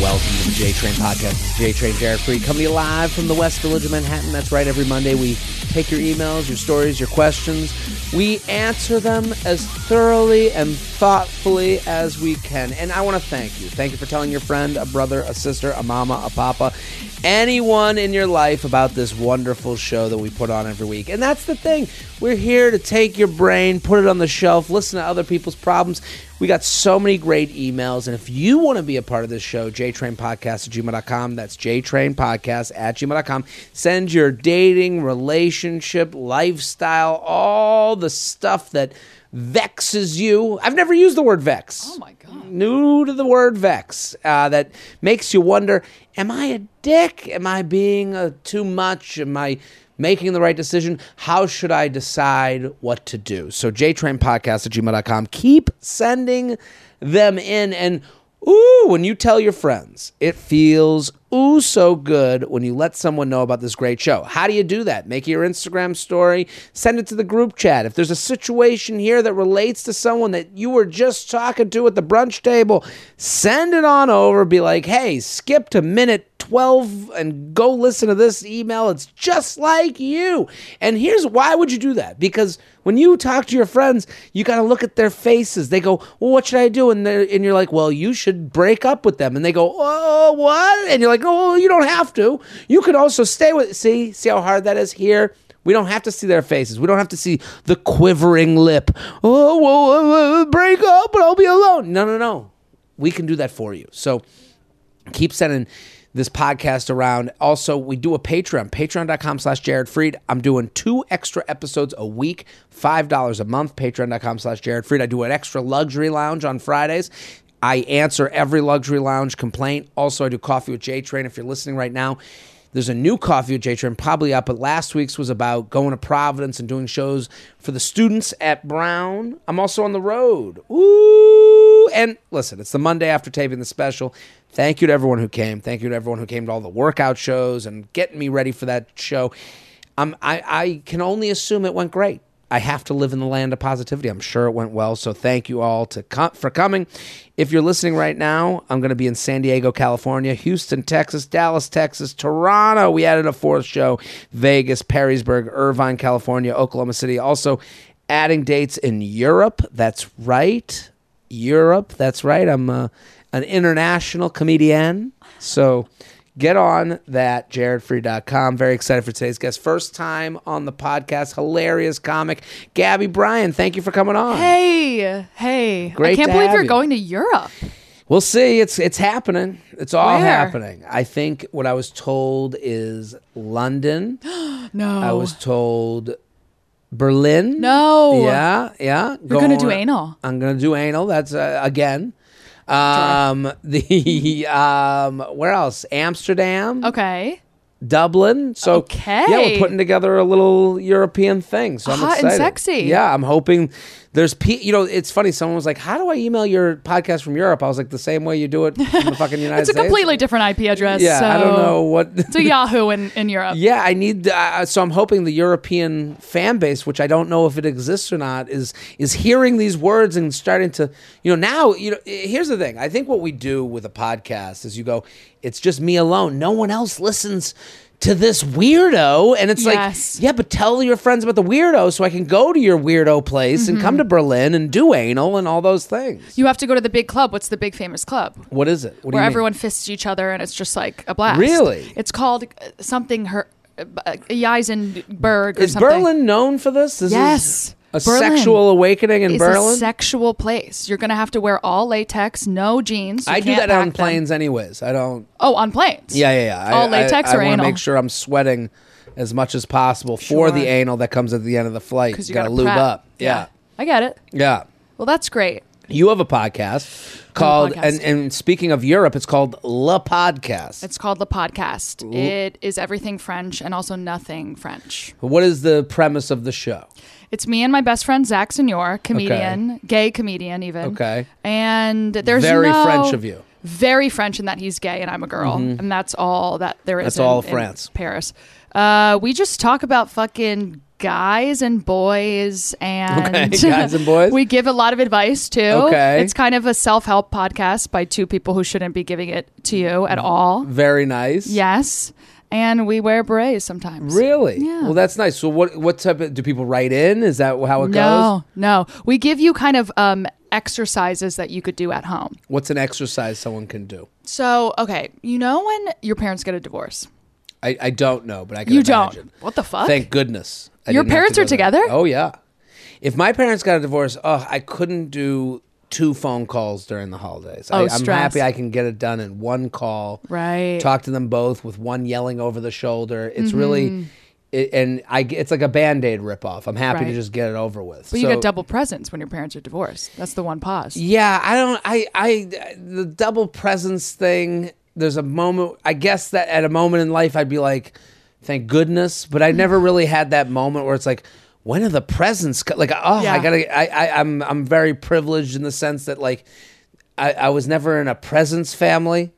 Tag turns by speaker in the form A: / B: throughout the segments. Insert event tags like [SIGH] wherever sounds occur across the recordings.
A: J Train Podcast. J Train Jared Free coming to you live from the West Village of Manhattan. That's right, every Monday we take your emails, your stories, your questions. We answer them as thoroughly and thoughtfully as we can. And I want to thank you. Thank you for telling your friend, a brother, a sister, a mama, a papa, anyone in your life about this wonderful show that we put on every week. And that's the thing. We're here to take your brain, put it on the shelf, listen to other people's problems. We got so many great emails. And if you want to be a part of this show, jtrainpodcast at gmail.com. That's jtrainpodcast at gmail.com. Send your dating, relationship, lifestyle, all the stuff that vexes you. I've never used the word vex.
B: Oh my God.
A: New to the word vex uh, that makes you wonder am I a dick? Am I being uh, too much? Am I making the right decision? How should I decide what to do? So, jtrainpodcast at gmail.com. Keep sending them in. And ooh, when you tell your friends, it feels ooh so good when you let someone know about this great show. How do you do that? Make it your Instagram story, send it to the group chat. If there's a situation here that relates to someone that you were just talking to at the brunch table, send it on over. Be like, hey, skip to minute 12 and go listen to this email. It's just like you. And here's why would you do that? Because when you talk to your friends, you got to look at their faces. They go, "Well, what should I do?" And they're- and you're like, "Well, you should break up with them." And they go, "Oh, what?" And you're like, "Oh, you don't have to. You could also stay with see see how hard that is here. We don't have to see their faces. We don't have to see the quivering lip. Oh, well, uh, uh, break up and I'll be alone. No, no, no. We can do that for you. So keep sending this podcast around. Also, we do a Patreon, patreon.com slash Jared Freed. I'm doing two extra episodes a week, $5 a month, patreon.com slash Jared Freed. I do an extra luxury lounge on Fridays. I answer every luxury lounge complaint. Also, I do coffee with J Train. If you're listening right now, there's a new coffee with J Train probably up, but last week's was about going to Providence and doing shows for the students at Brown. I'm also on the road. Ooh. And listen, it's the Monday after taping the special. Thank you to everyone who came. Thank you to everyone who came to all the workout shows and getting me ready for that show. Um, I, I can only assume it went great. I have to live in the land of positivity. I'm sure it went well. So thank you all to com- for coming. If you're listening right now, I'm going to be in San Diego, California, Houston, Texas, Dallas, Texas, Toronto. We added a fourth show, Vegas, Perrysburg, Irvine, California, Oklahoma City. Also adding dates in Europe. That's right. Europe. That's right. I'm uh, an international comedian. So get on that jaredfree.com very excited for today's guest first time on the podcast hilarious comic gabby bryan thank you for coming on
B: Hey, hey.
A: Great
B: I can't
A: to
B: believe
A: have
B: you're
A: you.
B: going to Europe.
A: we'll see it's it's happening it's all
B: Where?
A: happening i think what i was told is london
B: No.
A: i was told berlin
B: Oh. No.
A: yeah yeah
B: You're gonna do anal.
A: i'm gonna do anal that's uh, again um [LAUGHS] the um where else amsterdam
B: Okay.
A: Dublin. So
B: Okay.
A: yeah, we're putting together a little European thing. So I'm
B: Hot and
A: excited.
B: sexy.
A: Yeah, I'm hoping there's pe- you know it's funny. Someone was like, "How do I email your podcast from Europe?" I was like, "The same way you do it from the
B: [LAUGHS]
A: fucking United
B: It's a
A: States."
B: completely different IP address.
A: yeah,
B: so
A: I don't know what.
B: It's a Yahoo in, in Europe.
A: Yeah, I need. Uh, so I'm hoping the European fan base, which I don't know if it exists or not, is is hearing these words and starting to, you know, now you know. eh, Here's the thing. I think what we do with a podcast is you go, it's just me alone. No one else listens to this weirdo, and it's
B: Yes.
A: like, yeah, but tell your friends about the weirdo, so I can go to your weirdo place and
B: Mm-hmm.
A: come to Berlin and do anal and all those things.
B: You have to go to the big club. What's the big famous club?
A: What is it? What do you
B: Where
A: mean?
B: everyone fists each other and it's just like a blast.
A: Really?
B: It's called uh, something her uh, uh, Yeisenberg or
A: is
B: something.
A: Berlin known for this? this
B: Yes.
A: Is, a
B: Berlin
A: sexual awakening in
B: It's
A: Berlin.
B: a sexual place. You're gonna have to wear all latex, no jeans. You
A: I do
B: can't
A: that on
B: pack them.
A: planes, anyways. I don't.
B: Oh, on planes.
A: Yeah, yeah, yeah. I-
B: All latex
A: I, I,
B: or
A: wanna
B: anal?
A: make sure I'm sweating as much as possible for
B: Sure.
A: the anal that comes at the end of the flight.
B: Because you
A: gotta,
B: gotta
A: lube
B: prep.
A: up. Yeah.
B: I get it.
A: yeah,
B: Well, that's great.
A: You have a podcast called,
B: podcast.
A: and and speaking of Europe, it's called La Podcast.
B: It's called the podcast. It is everything French and also nothing French.
A: what is the premise of the show?
B: It's me and my best friend Zach Senor, comedian, gay comedian even.
A: Okay.
B: And there's
A: Very
B: no-
A: French of you. Mm-hmm.
B: Very French in that he's gay and I'm a girl, and that's all that there is.
A: That's
B: in-
A: all of
B: in
A: France.
B: Paris. Uh, we just talk about fucking guys and boys and
A: Okay, [LAUGHS] guys and boys.
B: [LAUGHS] we give a lot of advice too.
A: Okay.
B: It's kind of a self-help podcast by two people who shouldn't be giving it to you
A: Mm-hmm.
B: at all.
A: Very nice.
B: Yes. And we wear berets sometimes.
A: Really?
B: Yeah.
A: Well, that's nice. So, what what type of do people write in? Is that how it goes?
B: No, no. We give you kind of um, exercises that you could do at home.
A: What's an exercise someone can do?
B: So, okay, you know when your parents get a divorce?
A: I, I don't know, but I can
B: You
A: imagine.
B: don't. What the fuck?
A: Thank goodness. I
B: Your
A: didn't have
B: parents
A: to
B: are
A: go there.
B: together?
A: Oh yeah. If my parents got a divorce, oh, I couldn't do two phone calls during the holidays.
B: Oh,
A: I, I'm
B: stress.
A: happy I can get it done in one call.
B: Right.
A: Talk to them both with one yelling over the shoulder. It's
B: Mm-hmm.
A: really, it, and I g- it's like a band aid ripoff. I'm happy to
B: Right.
A: just get it over with.
B: But you
A: So-
B: get double presents when your parents are divorced. That's the one pause.
A: Yeah, I don't. I I the double presence thing. There's a moment. I guess that at a moment in life, I'd be like, "Thank goodness," but I never really had that moment where it's like, "When are the presents?" co-" Like, oh, I
B: Yeah.
A: gotta. I, I I'm I'm very privileged in the sense that like, I I was never in a presents family.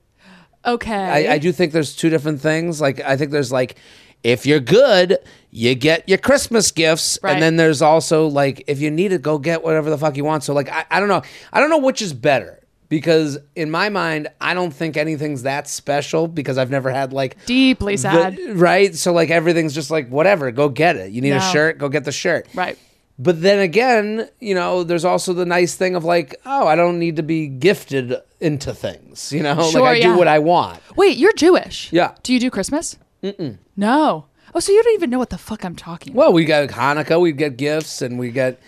B: Okay.
A: I, I do think there's two different things. Like I think there's like if you're good, you get your Christmas gifts,
B: Right.
A: and then there's also like if you need it, go get whatever the fuck you want. So like I, I don't know, I don't know which is better because in my mind, I don't think anything's that special because I've never had like
B: Deeply
A: the-
B: sad.
A: right? So like everything's just like whatever, go get it. You need a
B: No.
A: shirt, go get the shirt.
B: right.
A: But then again, you know, there's also the nice thing of like, oh, I don't need to be gifted into things. You know,
B: Sure,
A: like I
B: yeah.
A: do what I want.
B: Wait, you're Jewish.
A: Yeah.
B: Do you do Christmas? Mm-mm. No. Oh, so you don't even know what the fuck I'm talking about.
A: Well, we got Hanukkah, we get gifts, and we get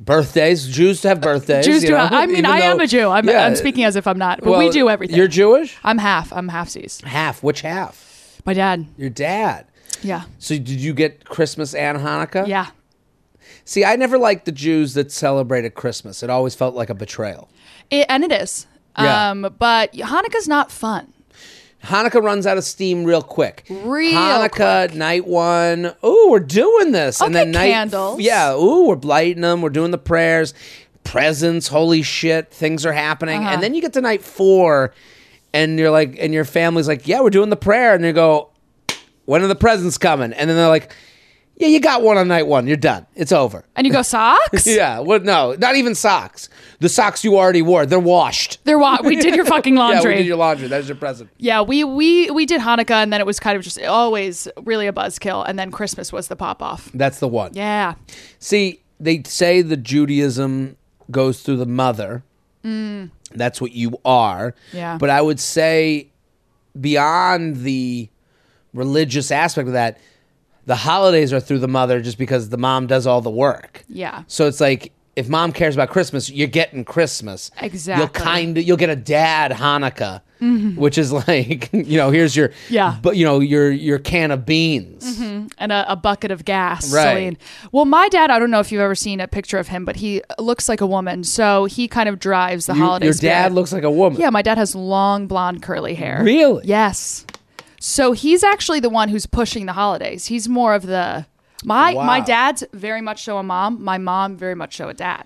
A: birthdays. Jews have birthdays.
B: Uh, Jews
A: you
B: do.
A: know,
B: I mean,
A: even
B: I am
A: though-
B: a Jew. I'm,
A: Yeah,
B: I'm speaking as if I'm not, but we
A: well,
B: do everything.
A: You're Jewish.
B: I'm half. I'm halfsies.
A: Half. Which half?
B: My dad.
A: Your dad.
B: Yeah.
A: So did you get Christmas and Hanukkah?
B: Yeah.
A: See, I never liked the Jews that celebrated Christmas. It always felt like a betrayal.
B: It, and it is.
A: Yeah.
B: Um, but Hanukkah's not fun.
A: Hanukkah runs out of steam real quick.
B: Real
A: Hanukkah night one. Ooh, we're doing this, and
B: I'll
A: then
B: get
A: night
B: candles.
A: yeah. Ooh, we're lighting them. We're doing the prayers, presents. Holy shit, things are happening.
B: Uh-huh.
A: And then you get to night four, and you're like, and your family's like, yeah, we're doing the prayer, and you go, when are the presents coming? And then they're like, yeah, you got one on night one. You're done. It's over.
B: And
A: [LAUGHS]
B: you go socks?
A: Yeah. Well, no, not even socks. The socks you already wore, they're washed.
B: They're wa- we did your fucking
A: [LAUGHS] Yeah,
B: laundry.
A: we did your laundry. That's your present.
B: Yeah, we we we did Hanukkah, and then it was kind of just always really a buzzkill, and then Christmas was the pop off.
A: That's the one.
B: Yeah,
A: See, they say the Judaism goes through the mother. That's what you are.
B: Mm. Yeah.
A: But I would say beyond the religious aspect of that, the holidays are through the mother just because the mom does all the work.
B: yeah,
A: So it's like if mom cares about Christmas, you're getting Christmas. You'll
B: Exactly. Mm-hmm.
A: kind of you'll get a dad Hanukkah, which is [LAUGHS] like you know here's your
B: Yeah. Mm-hmm.
A: but you know your your can of beans.
B: and a, a bucket of gas.
A: Mm-hmm. Right.
B: Celine. Well, my dad, I don't know if you've ever seen a picture of him, but he looks like a woman, so he kind of drives the
A: You-
B: holiday.
A: your
B: spirit.
A: dad looks like a woman.
B: Yeah, my dad has long blonde curly hair.
A: Really?
B: Yes. So he's actually the one who's pushing the holidays. He's more of the my my
A: Wow.
B: dad's very much so a mom. My mom very much so a dad.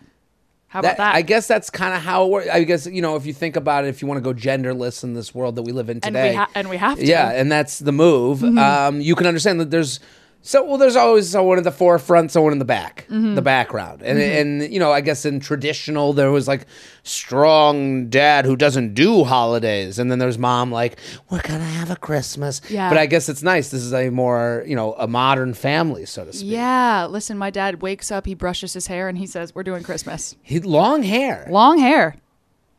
B: How
A: That-
B: about that?
A: I guess that's kind of how it works. I guess you know if you think about it, if you want to go genderless in this world that we live in
B: and
A: today,
B: we ha- and we have to. Mm-hmm.
A: yeah, and that's the move. Um, you can understand that there's so well, there's always someone in the forefront, someone in the back,
B: Mm-hmm.
A: the background, and and you know I guess in traditional there was like strong dad who doesn't do holidays, and then there's mom like we're gonna have a Christmas.
B: Yeah.
A: but I guess it's nice. This is a more you know a modern family, so to speak.
B: Yeah, listen, my dad wakes up, he brushes his hair, and he says, "We're doing Christmas."
A: He, long hair.
B: Long hair.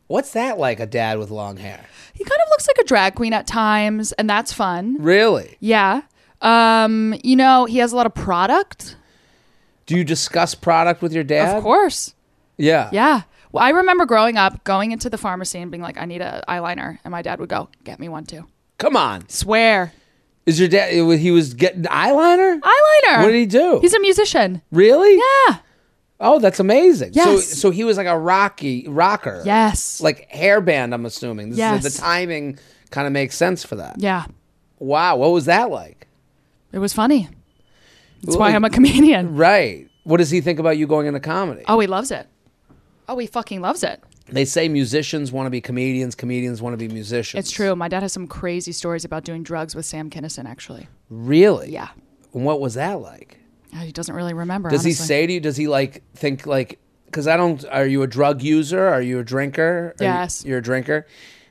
A: What's that like? A dad with long hair?
B: He kind of looks like a drag queen at times, and that's fun.
A: Really?
B: Yeah. Um, you know, he has a lot of product,
A: Do you discuss product with your dad?
B: of course.
A: Yeah.
B: Yeah. Well, I remember growing up, going into the pharmacy and being like, "I need a eyeliner," and my dad would go, "Get me one too."
A: Come on.
B: Swear,
A: Is your dad? He was getting eyeliner.
B: eyeliner.
A: What did he do?
B: He's a musician.
A: really?
B: Yeah.
A: Oh, that's amazing. So,
B: Yes.
A: so he was like a rocky rocker.
B: Yes.
A: Like hairband. I'm assuming. This
B: Yes.
A: Is, the timing kind of makes sense for that.
B: yeah.
A: Wow. What was that like?
B: It was funny. That's
A: Well,
B: why
A: like-
B: I'm a comedian.
A: Right. What does he think about you going into comedy?
B: Oh, he loves it. Oh, he fucking loves it.
A: They say musicians want to be comedians. Comedians want to be musicians.
B: It's true. My dad has some crazy stories about doing drugs with Sam Kinison, actually.
A: Really?
B: Yeah.
A: And what was that like?
B: He doesn't really remember.
A: Does he
B: honestly.
A: say to you? Does he like think like? Because I don't. Are you a drug user? Are you a drinker? Are you-
B: Yes.
A: You're a drinker.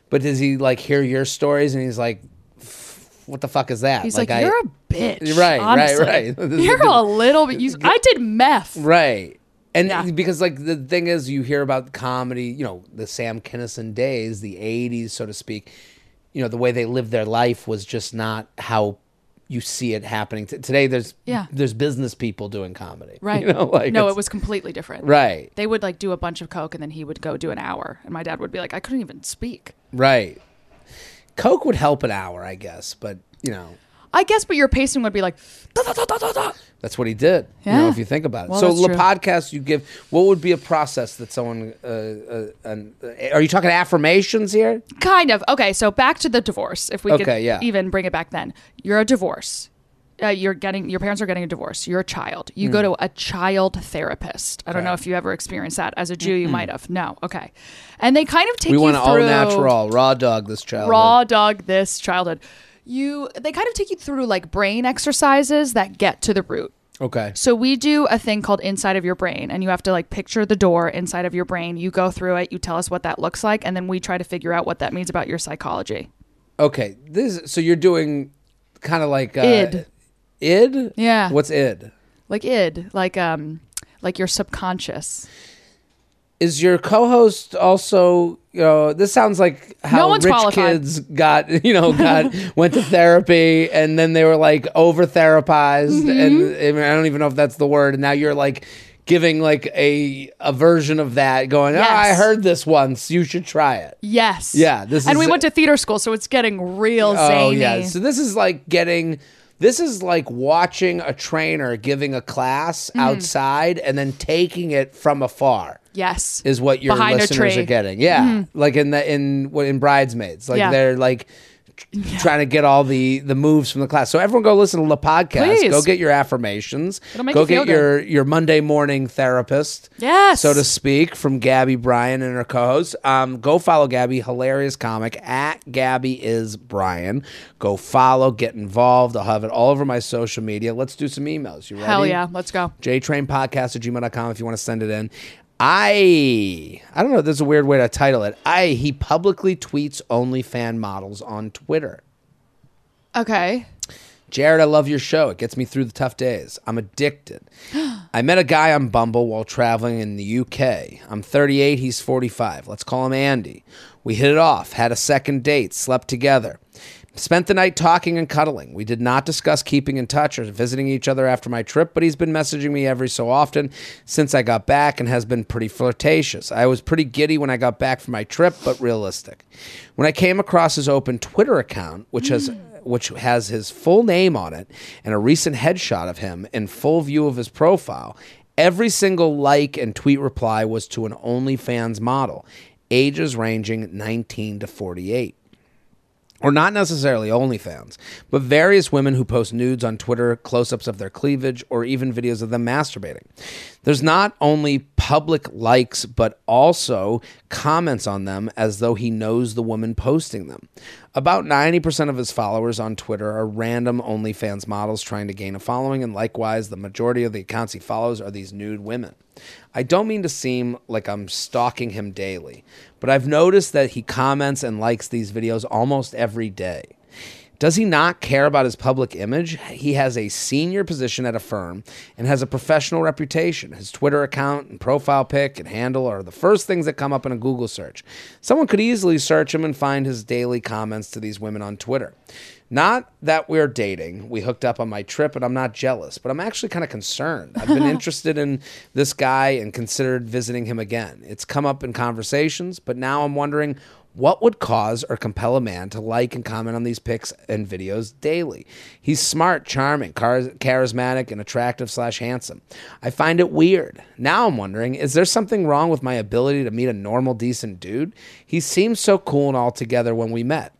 A: But does he like hear your stories and he's like, "F- "What the fuck is that?"
B: He's like, you're a bitch.
A: Right, right,
B: honestly.
A: right. This is
B: You're
A: the-
B: a little
A: [LAUGHS]
B: bit. You, I did meth.
A: Right. And
B: Yeah.
A: because like the thing is you hear about comedy, you know, the Sam Kinison days, the 80s so to speak. You know, the way they lived their life was just not how you see it happening T- today there's
B: Yeah.
A: there's business people doing comedy. [LAUGHS]
B: Right.
A: You know, like
B: no,
A: it's-
B: it was completely different.
A: Right.
B: They would like do a bunch of coke and then he would go do an hour. And my dad would be like, I couldn't even speak.
A: Right. Coke would help an hour, I guess, but you know,
B: I guess, but your pacing would be like, "Da, da, da, da, da, da."
A: that's what he did. You know,
B: Yeah.
A: if you think about it.
B: Well,
A: so
B: that's
A: the
B: true.
A: podcast you give, what would be a process that someone uh, uh, an, uh, are you talking affirmations here?
B: kind of. Okay, so back to the divorce. If we could
A: Okay, yeah.
B: even bring it back then. You're a divorce. Uh, you're getting your parents are getting a divorce. You're a child. You
A: Hmm.
B: go to a child therapist. I don't know
A: Right.
B: if you ever experienced that as a Jew. You might have. No. Okay. And they kind of take
A: We
B: you
A: want all
B: through-
A: natural, raw dog this child.
B: raw dog this childhood you they kind of take you through like brain exercises that get to the root
A: Okay.
B: so we do a thing called inside of your brain and you have to like picture the door inside of your brain you go through it you tell us what that looks like and then we try to figure out what that means about your psychology
A: Okay. This so you're doing kind of like uh,
B: Id.
A: Id?
B: Yeah.
A: What's id?
B: like id like um like your subconscious
A: Is your co-host also? You know, this sounds like how
B: one's
A: rich
B: qualified.
A: kids got. [LAUGHS] You know, got went to therapy and then they were like over
B: Mm-hmm.
A: therapized, and I, mean, I don't even know if that's the word. And now you're like giving like a a version of that, going, oh, I
B: Yes.
A: heard this once. You should try it.
B: yes
A: Yeah, this
B: and
A: is-
B: we went to theater school so it's getting real zany
A: Oh yeah. So this is like getting this is like watching a trainer giving a class
B: Mm-hmm.
A: outside and then taking it from afar
B: yes
A: is what your
B: Behind a
A: listeners
B: tree. Mm-hmm.
A: are getting. Yeah. Like in the in what in bridesmaids. Like
B: Yeah.
A: they're like tr- Trying to get all the the moves from the class, so everyone go listen to the podcast.
B: Please.
A: Go get your affirmations.
B: It'll make
A: go
B: you feel
A: get your your Monday morning therapist
B: yes
A: so to speak, from Gabby Bryan and her co-host. Um, go follow Gabby, hilarious comic at Gabby is Bryan. Go follow, get involved. I'll have it all over my social media. Let's do some emails. You ready?
B: hell yeah let's go
A: JTrainPodcast at gmail.com if you want to send it in. I I don't know. There's a weird way to title it. I he publicly tweets only fan models on Twitter.
B: okay
A: Jared, I love your show. It gets me through the tough days. I'm addicted. I met a guy on Bumble while traveling in the UK. I'm 38, he's 45. Let's call him Andy. We hit it off, had a second date, slept together. Spent the night talking and cuddling. We did not discuss keeping in touch or visiting each other after my trip, but he's been messaging me every so often since I got back and has been pretty flirtatious. I was pretty giddy when I got back from my trip, but realistic. When I came across his open Twitter account, which has which has his full name on it and a recent headshot of him in full view of his profile. Every single like and tweet reply was to an OnlyFans model, ages ranging 19 to 48 or not necessarily OnlyFans, but various women who post nudes on Twitter, close ups of their cleavage, or even videos of them masturbating. There's not only public likes, but also comments on them as though he knows the woman posting them. About 90% of his followers on Twitter are random OnlyFans models trying to gain a following, and likewise, the majority of the accounts he follows are these nude women. I don't mean to seem like I'm stalking him daily, but I've noticed that he comments and likes these videos almost every day. Does he not care about his public image? He has a senior position at a firm and has a professional reputation. His Twitter account and profile pic and handle are the first things that come up in a Google search. Someone could easily search him and find his daily comments to these women on Twitter. Not that we're dating. We hooked up on my trip, and I'm not jealous, but I'm actually kind of concerned. I've been interested in this guy and considered visiting him again. It's come up in conversations, but now I'm wondering what would cause or compel a man to like and comment on these pics and videos daily? He's smart, charming, char- charismatic, and attractive slash handsome. I find it weird. Now I'm wondering, is there something wrong with my ability to meet a normal, decent dude? He seemed so cool and all together when we met.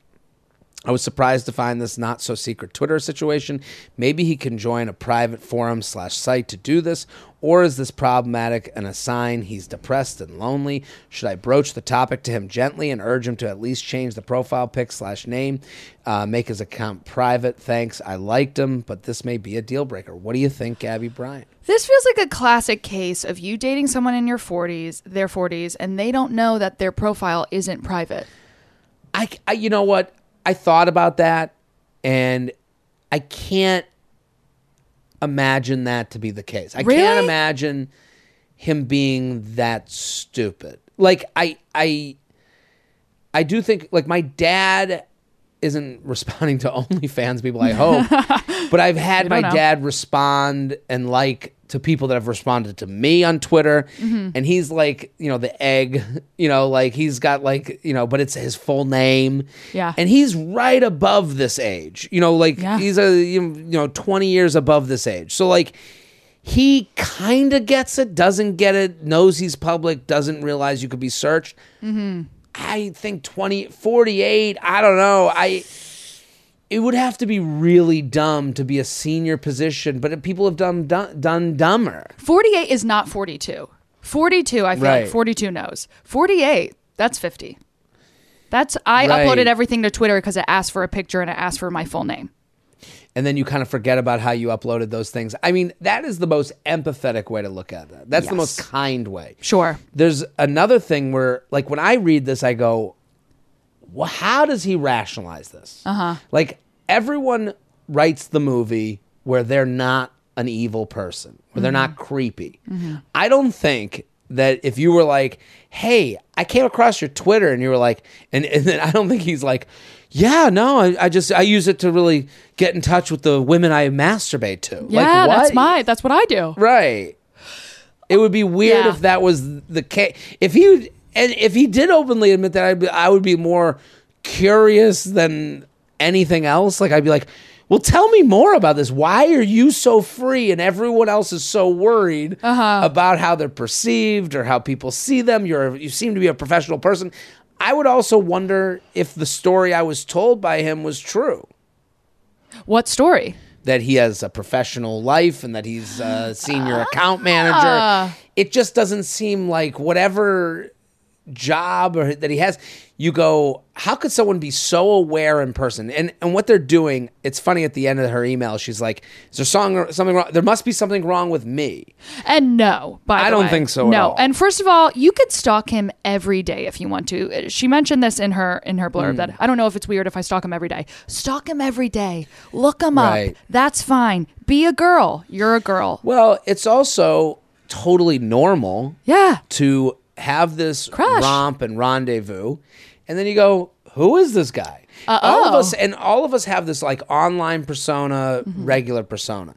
A: I was surprised to find this not so secret Twitter situation. Maybe he can join a private forum slash site to do this, or is this problematic and a sign he's depressed and lonely? Should I broach the topic to him gently and urge him to at least change the profile pic slash name, uh, make his account private? Thanks, I liked him, but this may be a deal breaker. What do you think, Gabby Bryant?
B: This feels like a classic case of you dating someone in your 40s, their 40s, and they don't know that their profile isn't private.
A: I, I you know what? I thought about that, and I can't imagine that to be the case. I can't
B: Really?
A: imagine him being that stupid. Like I I I do think like my dad isn't [LAUGHS] responding to OnlyFans people, I hope. but I've
B: [LAUGHS]
A: had my
B: don't know.
A: dad respond and like to people that have responded to me on Twitter. And he's like, you know, the egg, you know, like he's got like, you know, but it's his full name.
B: Yeah.
A: And he's right above this age. You know, like
B: Yeah.
A: he's a you know 20 years above this age. So like he kind of gets it, doesn't get it, knows he's public, doesn't realize you could be searched.
B: Mm-hmm.
A: I think 20 48, I don't know. I it would have to be really dumb to be a senior position, but people have done done, done dumber.
B: 48 is not 42. 42, I feel
A: Right.
B: like 42 knows. 48, that's 50. That's I
A: Right.
B: uploaded everything to Twitter because it asked for a picture and it asked for my full name.
A: and then you kind of forget about how you uploaded those things. I mean, that is the most empathetic way to look at that. That's the most
B: Yes.
A: kind way.
B: Sure.
A: There's another thing where, like, when I read this, I go, well, how does he rationalize this? Uh-huh. Like, everyone writes the movie where they're not an evil person, where they're not
B: Mm-hmm.
A: creepy. I don't think that if you were like, hey, I came across your Twitter and you were like, and, and then [LAUGHS] I don't think he's like, yeah, no, I, I just, I use it to really get in touch with the women I masturbate to.
B: Yeah,
A: like, what?
B: that's my that's what I do.
A: Right. It would be weird
B: Yeah.
A: if that was the case. If he and if he did openly admit that, I'd be, I would be more curious than anything else. Like I'd be like, "Well, tell me more about this. Why are you so free and everyone else is so worried about how they're perceived or how people see them? You're you seem to be a professional person." I would also wonder if the story I was told by him was true
B: What story?
A: that he has a professional life and that he's a senior account manager. It just doesn't seem like whatever job or that he has you go how could someone be so aware in person and and what they're doing it's funny at the end of her email she's like is there song, something wrong there must be something wrong with me
B: And no, by
A: I
B: the
A: don't
B: way.
A: think so at
B: No,
A: all.
B: and first of all, you could stalk him every day if you want to. Uh, She mentioned this in her in her
A: Mm.
B: blurb that I don't know if it's weird if I stalk him every day. Stalk him every day. Look him
A: Right.
B: up. That's fine. Be a girl. You're a girl.
A: well it's also totally normal
B: Yeah.
A: to have this
B: Crush.
A: romp and rendezvous, and then you go, "Who is this guy?" All of us, and all of us have this like online persona,
B: Mm-hmm.
A: regular persona.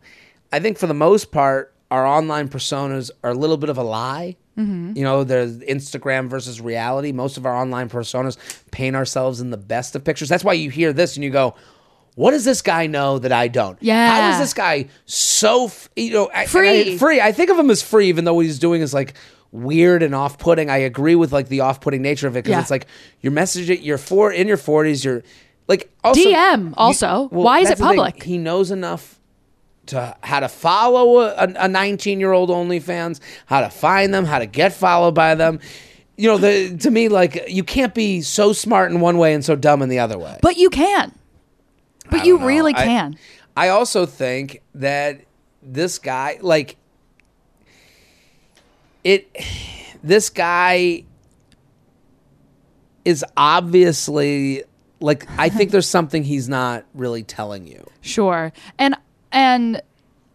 A: I think for the most part, our online personas are a little bit of a lie.
B: Mm-hmm.
A: You know, there's Instagram versus reality. Most of our online personas paint ourselves in the best of pictures. That's why you hear this and you go. What does this guy know that I don't? How is
B: Yeah.
A: this guy so, f- you know, I- and I-
B: Free.
A: free. I think of him as free, even though what he's doing is like weird and off-putting. I agree with like the off-putting nature of it because
B: Yeah.
A: it's like you're messaging. You're four in your forties. You're like also,
B: DM also. Why is
A: that's
B: it
A: the thing.
B: public?
A: He knows enough to how to follow a 19 year old OnlyFans, how to find them, how to get followed by them. You know, the, to me, like you can't be so smart in one way and so dumb in the other way.
B: But you can. But you
A: don't know.
B: really
A: I-
B: can.
A: I also think that this guy, like, it, this guy is obviously like, I think there's something he's not really telling you.
B: Sure. And and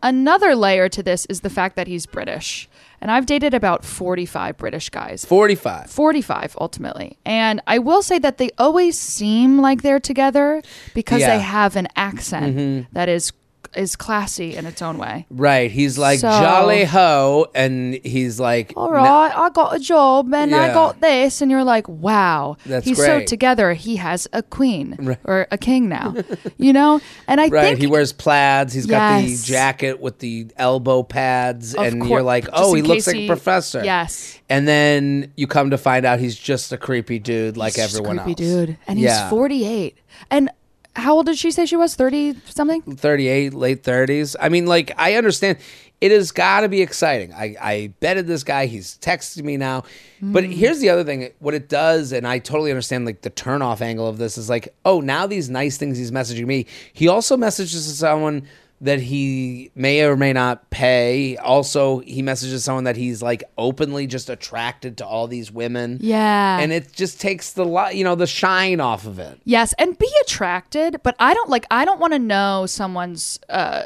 B: another layer to this is the fact that he's British. And I've dated about 45 British guys.
A: 45.
B: 45 ultimately. And I will say that they always seem like they're together because
A: Yeah. Mm-hmm.
B: they have an accent that is is classy in its own way.
A: Right. He's like
B: So-
A: Jolly Ho, and he's like,
B: All right, I got a job and
A: Yeah.
B: I got this and you're like, "Wow,
A: That's
B: he's so
A: great.
B: together. He has a queen or a king now." you know? And I
A: [LAUGHS] Right,
B: think
A: he wears plaids. He's got the
B: Yes.
A: jacket with the elbow pads,
B: Of
A: and
B: cour-
A: you're like,
B: just
A: "Oh,
B: in
A: he looks
B: case
A: like a
B: he-
A: professor."
B: Yes.
A: and then you come to find out he's just a creepy dude like
B: He's just a
A: everyone
B: creepy
A: else.
B: dude, and
A: Yeah.
B: he's 48. And how old did she say she was? 30 something?
A: 38, late 30s. I mean, like, I understand it has got to be exciting. I, I betted this guy. He's texting me now. But here's the other thing what it does, and I totally understand, like, the turn off angle of this is like, oh, now these nice things he's messaging me. He also messages to someone that he may or may not pay. Also, he messages someone that he's like openly just attracted to all these women.
B: Yeah.
A: And it just takes the lot, you know, the shine off of it.
B: Yes, and be attracted, but I don't like I don't want to know someone's uh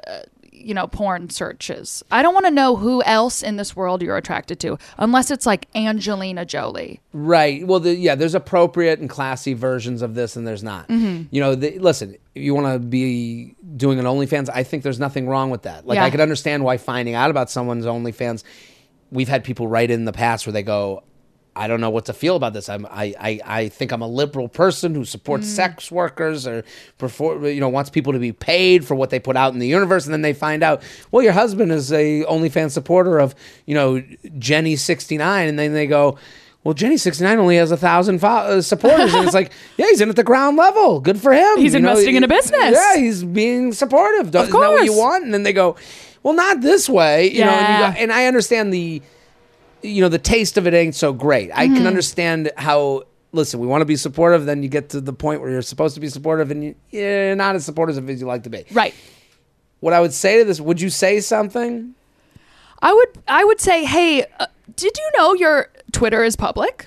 B: you know, porn searches. I don't want to know who else in this world you're attracted to unless it's like Angelina Jolie.
A: Right. Well, the, yeah, there's appropriate and classy versions of this, and there's not. You know, the, listen, if you want to be doing an OnlyFans, I think there's nothing wrong with that. Like,
B: Yeah.
A: I could understand why finding out about someone's OnlyFans, we've had people write in the past where they go, I don't know what to feel about this. I'm, I, I, I think I'm a liberal person who
B: Mm.
A: supports sex workers or perform, you know, wants people to be paid for what they put out in the universe. And then they find out, well, your husband is a OnlyFans supporter of, you know, Jenny 69. And then they go, well, Jenny 69 only has a thousand fo- uh, supporters. and it's
B: [LAUGHS]
A: like, yeah, he's in at the ground level. Good for him.
B: He's investing in a business.
A: Yeah, he's being supportive. Of Isn't that what you
B: course.
A: want? And then they go, well, not this way. You know, and, you
B: Yeah.
A: go, and I understand the, you know, the taste of it ain't so great. I
B: Mm-hmm.
A: can understand how. Listen, we want to be supportive. Then you get to the point where you're supposed to be supportive, and you, you're not as supportive as you like to be.
B: Right.
A: What I would say to this: Would you say something?
B: I would I would say, "Hey, uh, did you know your Twitter is public?"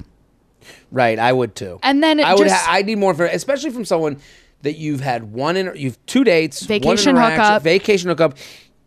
A: Right, I would too.
B: And then it
A: I would.
B: just-
A: Ha- I need more, for, especially from someone that you've had one in. You've two dates, one
B: Vacation
A: interaction,
B: hookup.
A: vacation hookup.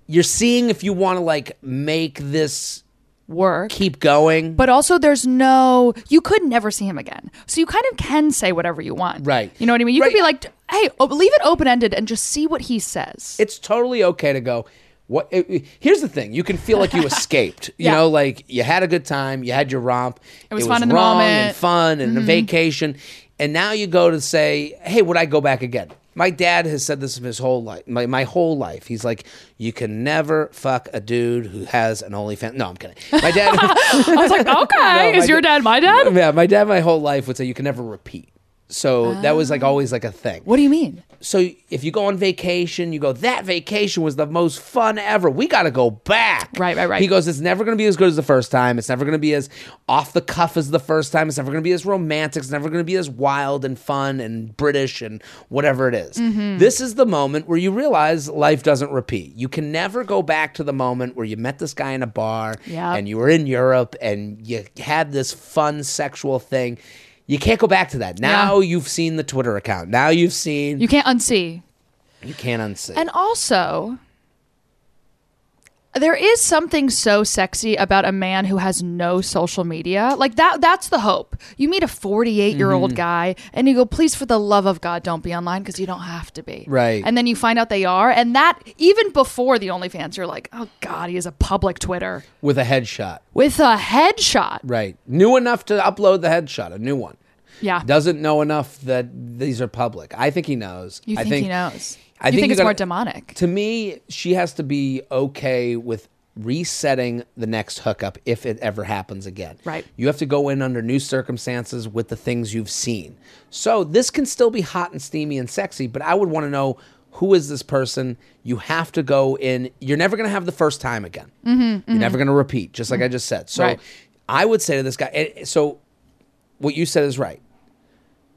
A: You're seeing if you want to like make this
B: Work.
A: keep going.
B: But also, there's no, you could never see him again. So you kind of can say whatever you want.
A: Right.
B: You know what I mean? You
A: Right.
B: could be like, hey, oh, leave it open ended and just see what he says.
A: it's totally okay to go what it, it- here's the thing you can feel like
B: [LAUGHS]
A: you escaped you
B: Yeah.
A: know like you had a good time you had your romp it
B: was fun in the
A: wrong and
B: moment. Mm-hmm.
A: fun and a vacation and now you go to say hey would i go back again my dad has said this his whole life my, my whole life he's like you can never fuck a dude who has an OnlyFans. no i'm kidding my
B: [LAUGHS]
A: dad [LAUGHS]
B: I was like, okay,
A: No, my
B: is your
A: da-
B: dad my dad?
A: yeah my dad my whole life would say you can never repeat so that was
B: Ah.
A: like always like a thing
B: What do you mean?
A: so if you go on vacation, you go, that vacation was the most fun ever. We got to go back.
B: Right, right, right.
A: He goes, it's never going to be as good as the first time. It's never going to be as off the cuff as the first time. It's never going to be as romantic. It's never going to be as wild and fun and British and whatever it is.
B: Mm-hmm.
A: This is the moment where you realize life doesn't repeat. You can never go back to the moment where you met this guy in a bar
B: Yep.
A: and you were in Europe and you had this fun sexual thing. You can't go back to that. Now you've seen the Twitter account. Now you've seen
B: You can't unsee.
A: you can't unsee.
B: And also, there is something so sexy about a man who has no social media. Like that that's the hope. You meet a
A: Mm-hmm.
B: 48-year-old guy and you go, "Please for the love of God, don't be online because you don't have to be."
A: Right.
B: And then you find out they are, and that even before the OnlyFans, you're like, "Oh god, he has a public Twitter
A: with a headshot.
B: with a headshot."
A: Right. New enough to upload the headshot, a new one.
B: Yeah.
A: Doesn't know enough that these are public. I think he knows.
B: you
A: I
B: think, he knows.
A: I
B: you
A: think
B: think,
A: you
B: it's more
A: gotta-
B: demonic.
A: To me, she has to be okay with resetting the next hookup if it ever happens again.
B: Right.
A: You have to go in under new circumstances with the things you've seen. So this can still be hot and steamy and sexy, but I would want to know who is this person? You have to go in. You're never going to have the first time again. You're never going to repeat, just like I just said. So
B: Mm-hmm, Right.
A: I would say to this guy, eh, so what you said is right.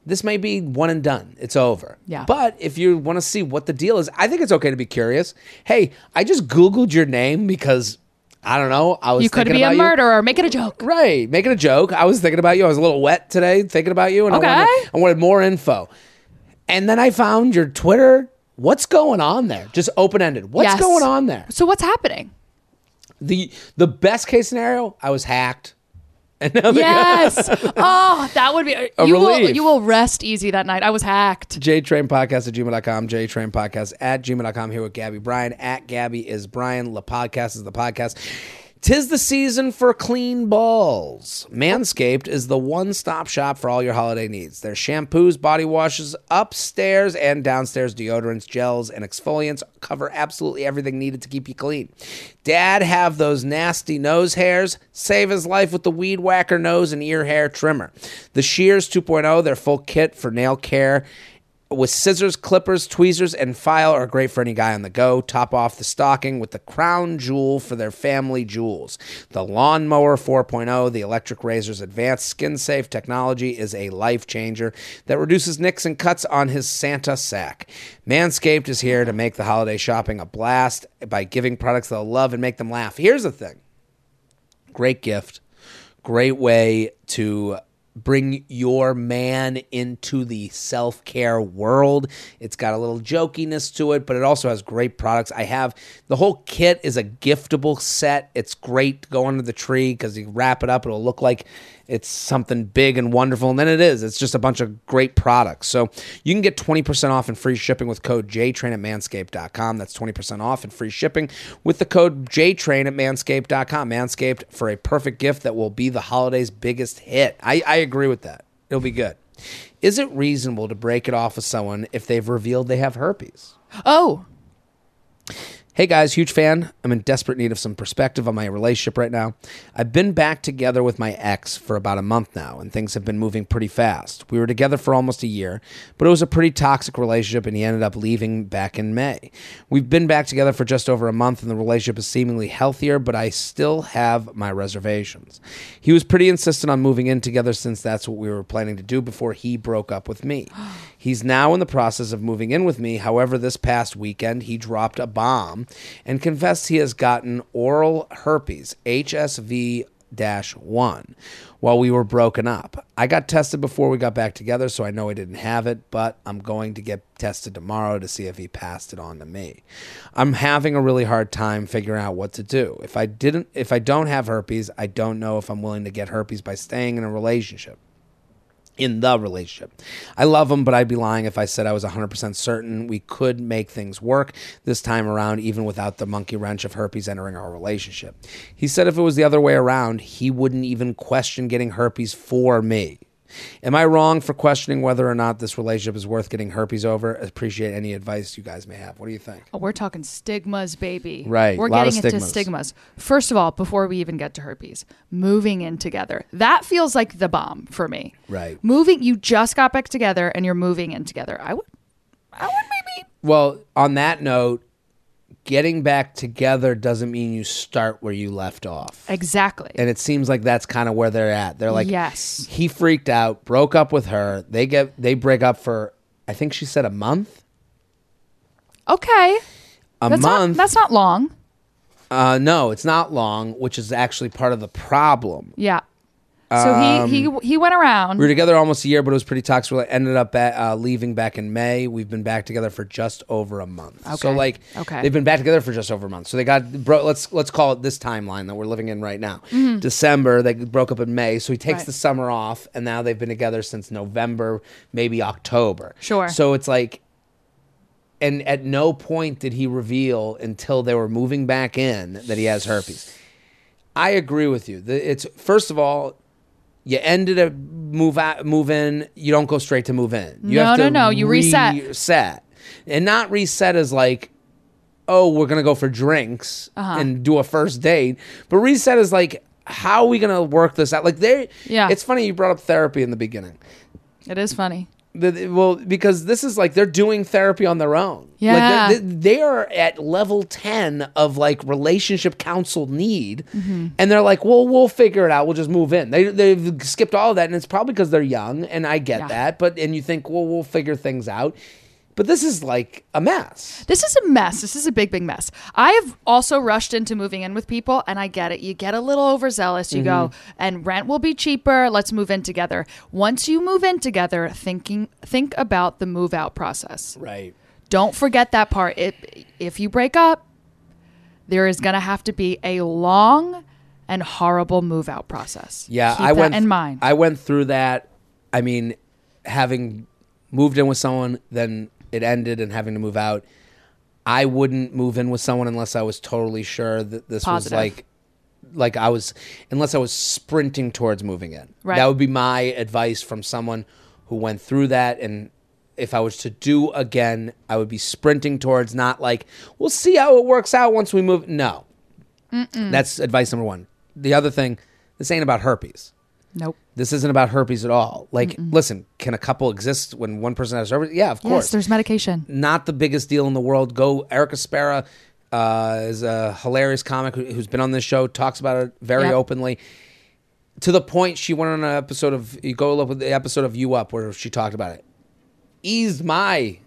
A: This may be one and done. It's over.
B: Yeah.
A: But if you want to see what the deal is, I think it's okay to be curious. Hey, I just Googled your name because I don't know. I was
B: You could
A: thinking
B: be a
A: about you.
B: murderer. Make it a joke.
A: Right. Making a joke. I was thinking about you. I was a little wet today thinking about you. And
B: Okay.
A: I, wanted, I wanted more info. And then I found your Twitter. What's going on there? Just open ended. What's
B: Yes.
A: going on there?
B: So
A: [LAUGHS]
B: what's happening?
A: The the best case scenario, I was hacked. And now they got
B: Yes. oh, that would be. you will.
A: relief.
B: You will rest easy that night. I was hacked.
A: JTrainPodcast at gmail.com, JTrainPodcast at gmail.com here with Gabby Bryan. At Gabby is Brian. La Podcast is the podcast. Tis the season for clean balls. Manscaped is the one stop shop for all your holiday needs. Their shampoos, body washes, upstairs and downstairs deodorants, gels, and exfoliants cover absolutely everything needed to keep you clean. Dad have those nasty nose hairs? Save his life with the Weed Whacker oh, nose and ear hair trimmer. The Shears 2.0, their full kit for nail care with scissors, clippers, tweezers, and file are great for any guy on the go. Top off the stocking with the crown jewel for their family jewels. The Lawnmower 4.0, the electric razor's advanced skin safe technology, is a life changer that reduces nicks and cuts on his Santa sack. Manscaped is here to make the holiday shopping a blast by giving products they'll love and make them laugh. Here's the thing great gift, great way to bring your man into the self care world. It's got a little jokiness to it, but it also has great products. I have the whole kit is a giftable set. It's great to go under the tree because you wrap it up, it'll look like it's something big and wonderful. And then it is. It's just a bunch of great products. So you can get 20% off and free shipping with code JTRAIN at manscaped.com. That's 20% off and free shipping with the code JTRAIN at manscaped.com. Manscaped for a perfect gift that will be the holiday's biggest hit. I, I agree with that. It'll be good. Is it reasonable to break it off with someone if they've revealed they have herpes?
B: Oh,
A: Hey guys, huge fan. I'm in desperate need of some perspective on my relationship right now. I've been back together with my ex for about a month now, and things have been moving pretty fast. We were together for almost a year, but it was a pretty toxic relationship, and he ended up leaving back in May. We've been back together for just over a month, and the relationship is seemingly healthier, but I still have my reservations. He was pretty insistent on moving in together since that's what we were planning to do before he broke up with me. He's now in the process of moving in with me. However, this past weekend, he dropped a bomb and confessed he has gotten oral herpes, HSV 1, while we were broken up. I got tested before we got back together, so I know I didn't have it, but I'm going to get tested tomorrow to see if he passed it on to me. I'm having a really hard time figuring out what to do. If I didn't if I don't have herpes, I don't know if I'm willing to get herpes by staying in a relationship in the relationship. I love him, but I'd be lying if I said I was 100% certain we could make things work this time around, even without the monkey wrench of herpes entering our relationship. He said if it was the other way around, he wouldn't even question getting herpes for me. Am I wrong for questioning whether or not this relationship is worth getting herpes over? Appreciate any advice you guys may have. What do you think?
B: oh, we're talking stigmas, baby.
A: Right,
B: We're
A: lot of
B: getting into
A: stigmas.
B: stigmas. First of all, before we even get to herpes, moving in together. That feels like the bomb for me.
A: Right.
B: Moving, you just got back together and you're moving in together. I would, I would maybe.
A: Well, on that note, getting back together doesn't mean you start where you left off.
B: Exactly.
A: and it seems like that's kind of where they're at. They're like,
B: Yes.
A: he freaked out, broke up with her. They get they break up for I think she said a month,
B: okay.
A: a
B: That's
A: month.
B: Not, that's not long.
A: uh, no, it's not long, which is actually part of the problem.
B: Yeah. So he he he went around.
A: We Um, were together almost a year, but it was pretty toxic. We ended up at, uh, leaving back in May. We've been back together for just over a month. So
B: Okay.
A: like,
B: Okay.
A: they've been back together for just over a month. So they got bro. Let's let's call it this timeline that we're living in right now. December they broke up in May, so he takes
B: Mm-hmm. Right.
A: the summer off, and now they've been together since November, maybe October.
B: Sure.
A: So it's like. And at no point did he reveal until they were moving back in that he has herpes. I agree with you. The- It's first of all, you ended a move out, move in. You don't go straight to move in. You
B: No,
A: have
B: no,
A: to
B: no, you reset.
A: reset, and not reset is like, oh, we're gonna go for drinks
B: Uh-huh.
A: and do a first date. But reset is like, how are we gonna work this out? Like they,
B: Yeah.
A: It's funny you brought up therapy in the beginning.
B: it is funny.
A: The- the- Well, because this is like they're doing therapy on their own.
B: Yeah.
A: like they- they are at level ten of like relationship counsel need,
B: Mm-hmm.
A: and they're like, "Well, we'll figure it out. We'll just move in." They they've skipped all of that, and it's probably because they're young, and I get
B: Yeah.
A: that. But and you think, "Well, we'll figure things out," but this is like a mess.
B: This is a mess. This is a big, big mess. I have also rushed into moving in with people, and I get it. You get a little overzealous. You go,
A: Mm-hmm.
B: and rent will be cheaper. Let's move in together. Once you move in together, thinking think about the move out process.
A: Right.
B: Don't forget that part. It, if you break up, there is going to have to be a long and horrible move out process.
A: Yeah,
B: Keep
A: I
B: that
A: went
B: in mind.
A: I went through that. I mean, having moved in with someone, then it ended, and having to move out. I wouldn't move in with someone unless I was totally sure that this
B: Positive.
A: was like, like I was, unless I was sprinting towards moving in.
B: Right.
A: That would be my advice from someone who went through that. And if I was to do again, I would be sprinting towards, not like, we'll see how it works out once we move. No, that's advice number one. The other thing, this ain't about herpes.
B: nope.
A: This isn't about herpes at all. Like, listen, can a couple exist when one person has herpes? Yeah, of
B: Yes,
A: course.
B: there's medication.
A: Not the biggest deal in the world. Go, Erica Spera uh, is a hilarious comic who- who's been on this show, talks about it very
B: Yep.
A: openly. To the point, she went on an episode of you go look with the episode of You Up where she talked about it. Eased my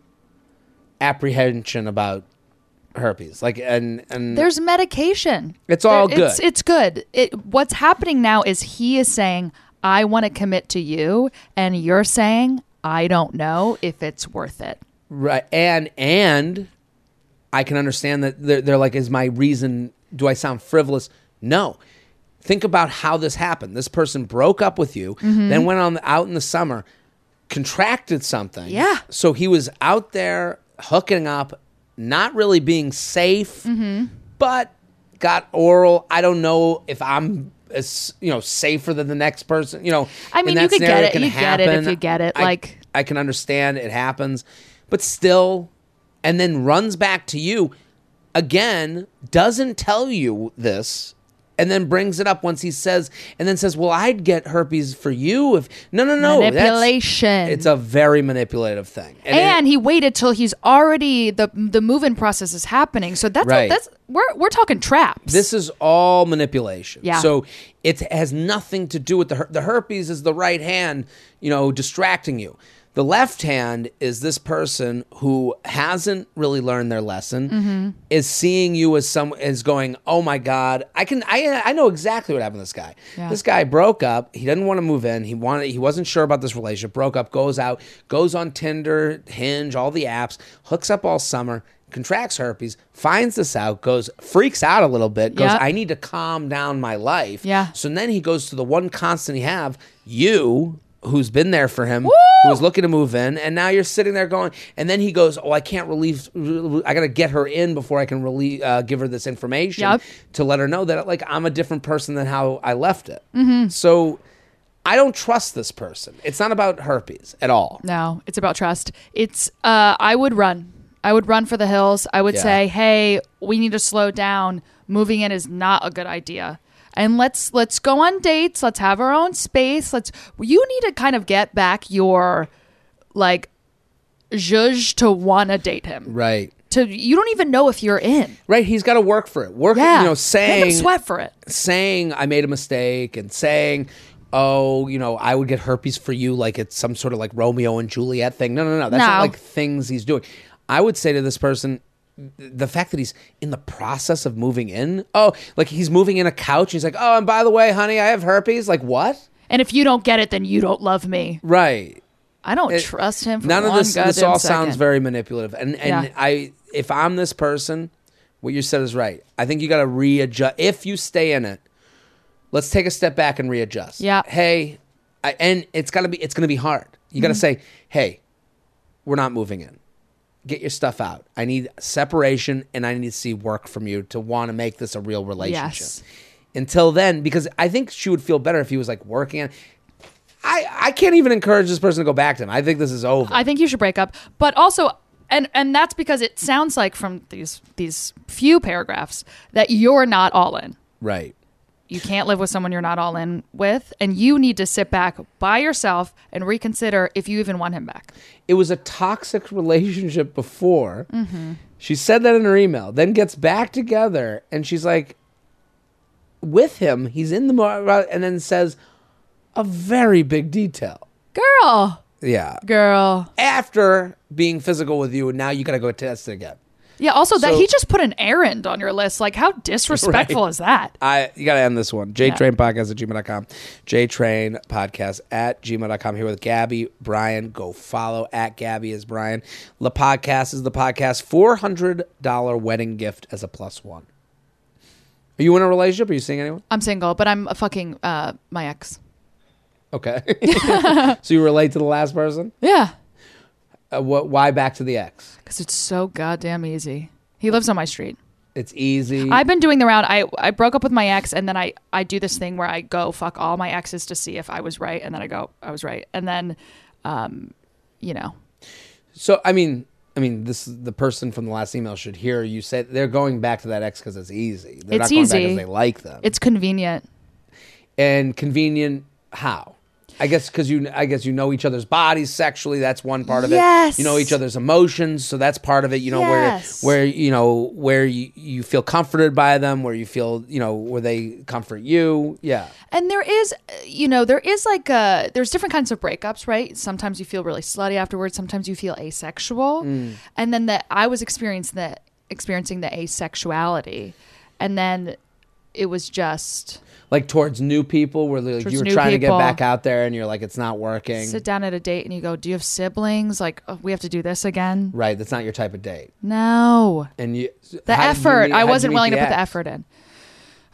A: apprehension about herpes, like, and and
B: There's
A: Mm.
B: medication.
A: It's all good.
B: It's, it's good. It, what's happening now is he is saying, I want to commit to you. And you're saying, I don't know if it's worth it.
A: Right, and and I can understand that they're, they're like, is my reason? Do I sound frivolous? No. Think about how this happened. This person broke up with you,
B: Mm-hmm.
A: then went on out in the summer, contracted something.
B: Yeah.
A: So he was out there hooking up, not really being safe,
B: Mm-hmm.
A: but got oral. I don't know if I'm. as you know, safer than the next person. You know,
B: I
A: in
B: mean,
A: that
B: you could get
A: scenario,
B: it.
A: can
B: You get it if
A: happen.
B: you get it,
A: I-
B: like-
A: I can understand it happens, but still, and then runs back to you again, doesn't tell you this, and then brings it up once he says, and then says, "Well, I'd get herpes for you if no, no, no, Oh, that's-
B: Manipulation.
A: It's a very manipulative thing, it-
B: and he waited till he's already the the move-in process is happening. So that's
A: Right.
B: that's we're we're talking traps.
A: This is all manipulation.
B: Yeah.
A: So it has nothing to do with the her- the herpes is the right hand, you know, distracting you. The left hand is this person who hasn't really learned their lesson,
B: Mm-hmm.
A: is seeing you as some is going, oh my god, I can I I know exactly what happened to this guy.
B: Yeah.
A: This guy broke up. He didn't want to move in. He wanted he wasn't sure about this relationship. Broke up, goes out, goes on Tinder, Hinge, all the apps, hooks up all summer, contracts herpes, finds this out, goes freaks out a little bit, goes
B: Yep.
A: I need to calm down my life.
B: Yeah.
A: So then he goes to the one constant he have, you who's been there for him, who was looking to move in, and now you're sitting there going, and then he goes, "Oh, I can't relieve. I gotta get her in before I can relieve, uh, give her this information
B: Yep.
A: to let her know that like I'm a different person than how I left it."
B: Mm-hmm.
A: So I don't trust this person. It's not about herpes at all.
B: No, it's about trust. It's uh I would run. I would run for the hills. I would
A: Yeah.
B: say, "Hey, we need to slow down. Moving in is not a good idea." And let's let's go on dates. Let's have our own space. Let's you need to kind of get back your like zhuzh to want to date him.
A: Right.
B: To you don't even know if you're in.
A: Right. He's got to work for it. Work.
B: Yeah.
A: You know,
B: Make him
A: saying
B: sweat for it.
A: saying I made a mistake and saying, oh, you know, I would get herpes for you, like it's some sort of like Romeo and Juliet thing. No, no, no. That's not
B: No.
A: like things he's doing. I would say to this person, the fact that he's in the process of moving in, oh, like he's moving in a couch. He's like, oh, and by the way, honey, I have herpes. Like what?
B: And if you don't get it, then you don't love me.
A: Right.
B: I don't trust him. For
A: None of
B: one
A: this. This
B: goddamn
A: all sounds
B: second.
A: very manipulative. And and
B: Yeah.
A: I, if I'm this person, what you said is right. I think you got to readjust. If you stay in it, let's take a step back and readjust.
B: Yeah.
A: Hey, I, and it's gotta be. It's gonna be hard. You
B: Mm-hmm.
A: got to say, hey, we're not moving in. Get your stuff out. I need separation, and I need to see work from you to want to make this a real relationship.
B: Yes.
A: Until then, because I think she would feel better if he was like working. on- I, I can't even encourage this person to go back to him. I think this is over.
B: I think you should break up. But also, and and that's because it sounds like from these these few paragraphs that you're not all in.
A: Right.
B: You can't live with someone you're not all in with, and you need to sit back by yourself and reconsider if you even want him back.
A: It was a toxic relationship before. She said that in her email, then gets back together and she's like, with him, he's in the, mo- and then says a very big detail.
B: Girl,
A: Yeah.
B: girl.
A: After being physical with you, and now you got to go test it again.
B: Yeah. Also, that
A: So-
B: he just put an errand on your list. Like, how disrespectful
A: Right.
B: is that?
A: I you gotta end this one. JTrain Podcast at gmail.com. JTrain Podcast at gmail.com here with Gabby Brian. Go follow at Gabby is Brian. The podcast is the podcast. Four hundred dollar wedding gift as a plus one. Are you in a relationship? Are you seeing anyone?
B: I'm single, but I'm a fucking uh, my ex.
A: Okay. [LAUGHS] so you relate to the last person?
B: Yeah,
A: Uh, what, why back to the ex?
B: because it's so goddamn easy. He lives on my street.
A: It's easy.
B: I've been doing the round. I, I broke up with my ex, and then I, I do this thing where I go fuck all my exes to see if I was right, and then I go I was right, and then, um, you know,
A: so I mean I mean, this the person from the last email should hear you say they're going back to that ex because it's easy. They're not going back
B: It's easy.
A: because they like them.
B: it's convenient.
A: and convenient how I guess because you, I guess you know each other's bodies sexually. That's one part of it.
B: Yes.
A: You know each other's emotions, so that's part of it. You know
B: Yes.
A: where, where you know where you, you feel comforted by them, where you feel, you know, where they comfort you. Yeah.
B: And there is, uh, you know, there is like a, there's different kinds of breakups, right? Sometimes you feel really slutty afterwards. Sometimes you feel asexual. And then that I was experiencing the, experiencing the asexuality. And then it was just
A: Like towards new people, where like,
B: Towards
A: you were
B: new
A: trying to get
B: people.
A: back out there, and you're like, it's not working.
B: sit down at a date and you go, do you have siblings? Like, oh, we have to do this again.
A: Right. That's not your type of date.
B: No.
A: And you
B: The
A: how did you
B: effort.
A: meet-
B: I
A: how'd you
B: wasn't
A: meet
B: willing to put the
A: ex?
B: effort in.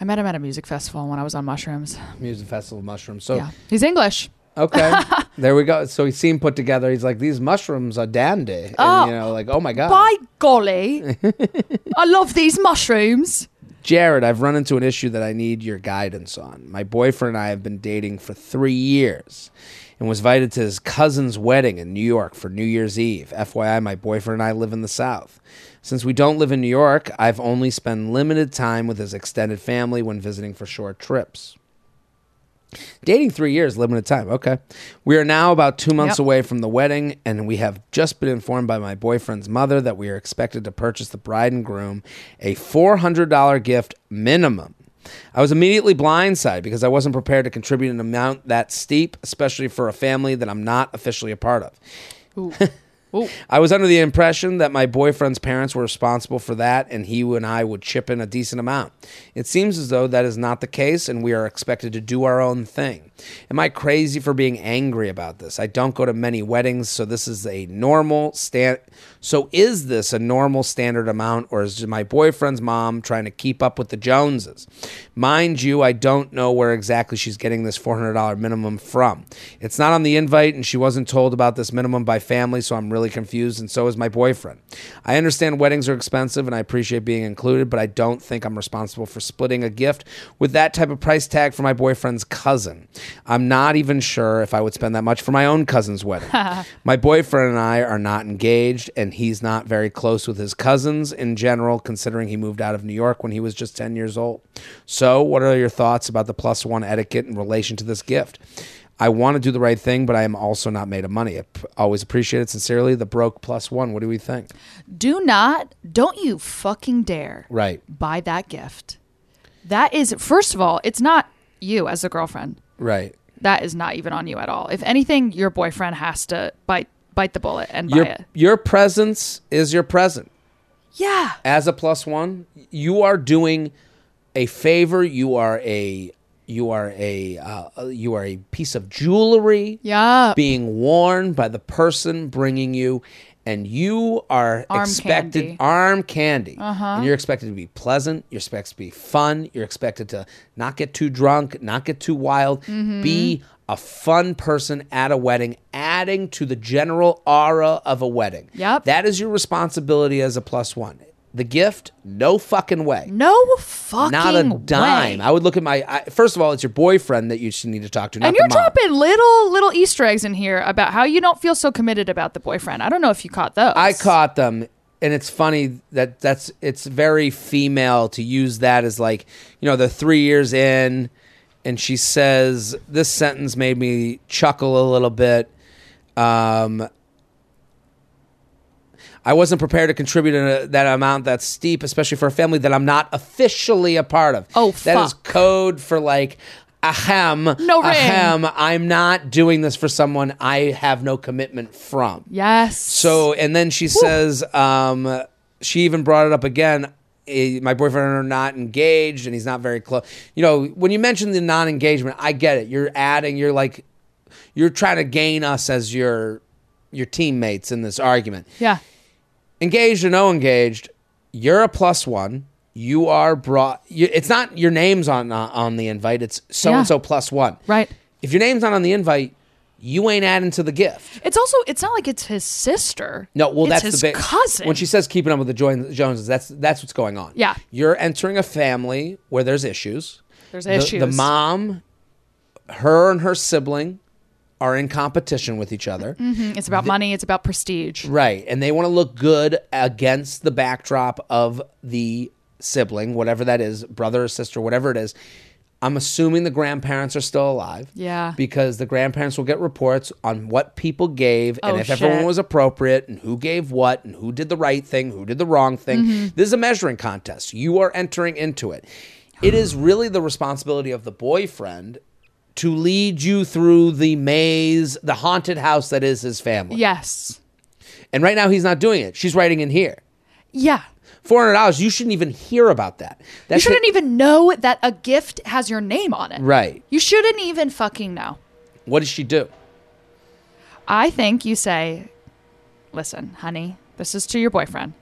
B: I met him at a music festival when I was on mushrooms.
A: Music festival mushrooms. So
B: Yeah. He's English.
A: okay, there we go. So he seemed put together. He's like, these mushrooms are dandy. And,
B: Oh.
A: you know, like oh my god.
B: By
A: [LAUGHS]
B: golly. I love these mushrooms.
A: Jared, I've run into an issue that I need your guidance on. My boyfriend and I have been dating for three years and was invited to his cousin's wedding in New York for New Year's Eve. FYI, my boyfriend and I live in the South. Since we don't live in New York, I've only spent limited time with his extended family when visiting for short trips. Dating three years, limited time. Okay. We are now about two months
B: Yep.
A: away from the wedding, and we have just been informed by my boyfriend's mother that we are expected to purchase the bride and groom a $400 gift minimum. I was immediately blindsided because I wasn't prepared to contribute an amount that steep, especially for a family that I'm not officially a part of.
B: [LAUGHS] Ooh.
A: I was under the impression that my boyfriend's parents were responsible for that and he and I would chip in a decent amount. It seems as though that is not the case and we are expected to do our own thing. Am I crazy for being angry about this? I don't go to many weddings, so this is a normal stand so is this a normal standard amount or is my boyfriend's mom trying to keep up with the Joneses? Mind you, I don't know where exactly she's getting this $400 minimum from. It's not on the invite and she wasn't told about this minimum by family, so I'm really confused and so is my boyfriend. I understand weddings are expensive and I appreciate being included, but I don't think I'm responsible for splitting a gift with that type of price tag for my boyfriend's cousin. I'm not even sure if I would spend that much for my own cousin's wedding. my boyfriend and I are not engaged, and he's not very close with his cousins in general, considering he moved out of New York when he was just 10 years old. So, what are your thoughts about the plus one etiquette in relation to this gift? I want to do the right thing, but I am also not made of money. I p- always appreciate it sincerely. The broke plus one. What do we think?
B: Do not, don't you fucking dare
A: Right,
B: buy that gift. That is, first of all, it's not you as a girlfriend.
A: right.
B: That is not even on you at all. If anything, your boyfriend has to bite bite the bullet and buy
A: Your,
B: it.
A: your presence is your present.
B: Yeah.
A: as a plus one, you are doing a favor. You are a you are a uh, you are a piece of jewelry
B: Yeah.
A: being worn by the person bringing you, and you are
B: Arm
A: expected
B: candy. Uh-huh.
A: arm candy. And you're expected to be pleasant. You're expected to be fun. You're expected to not get too drunk, not get too wild.
B: Mm-hmm.
A: Be a fun person at a wedding, adding to the general aura of a wedding.
B: Yep.
A: That is your responsibility as a plus one. The gift, no fucking way.
B: no fucking
A: Not a dime.
B: way.
A: I would look at my. I, first of all, it's your boyfriend that you should need to talk to. Not
B: And you're
A: the mom.
B: dropping little little Easter eggs in here about how you don't feel so committed about the boyfriend. I don't know if you caught those.
A: I caught them, and it's funny that that's it's very female to use that as like you know they're three years in, and she says this sentence made me chuckle a little bit. Um, I wasn't prepared to contribute in a, that amount that's steep, especially for a family that I'm not officially a part of.
B: Oh,
A: that is
B: fuck.
A: code for like. Ahem,
B: No ring.
A: ahem, I'm not doing this for someone I have no commitment from.
B: Yes.
A: So, and then she says, um, she even brought it up again. eh, My boyfriend and I are not engaged, and he's not very close. You know, when you mention the non-engagement, I get it. You're adding. You're like, you're trying to gain us as your your teammates in this argument.
B: yeah.
A: Engaged or no engaged, you're a plus one. You are brought. You, it's not your name's on uh, on the invite. It's so and so plus one.
B: Right.
A: If your name's not on the invite, you ain't adding to the gift.
B: It's also it's not like it's his sister.
A: No, well,
B: It's
A: that's
B: his
A: the big
B: cousin.
A: When she says keeping up with the Jo- Joneses, that's that's what's going on.
B: Yeah.
A: you're entering a family where there's issues.
B: There's
A: The- The
B: issues.
A: mom, her and her sibling, are in competition with each other.
B: Mm-hmm. it's about money, it's about prestige.
A: Right. And they want to look good against the backdrop of the sibling, whatever that is, brother or sister, whatever it is. I'm assuming the grandparents are still alive.
B: Yeah.
A: Because the grandparents will get reports on what people gave and
B: Oh,
A: if everyone
B: shit.
A: was appropriate and who gave what and who did the right thing, who did the wrong thing.
B: Mm-hmm.
A: This is a measuring contest. You are entering into it. It is really the responsibility of the boyfriend to lead you through the maze, the haunted house that is his family.
B: Yes.
A: And right now he's not doing it. She's writing in here.
B: Yeah.
A: Four hundred dollars. You shouldn't even hear about that. That
B: You
A: shit-
B: shouldn't even know that a gift has your name on it.
A: Right.
B: You shouldn't even fucking know.
A: What does she do?
B: I think you say, listen, honey, this is to your boyfriend.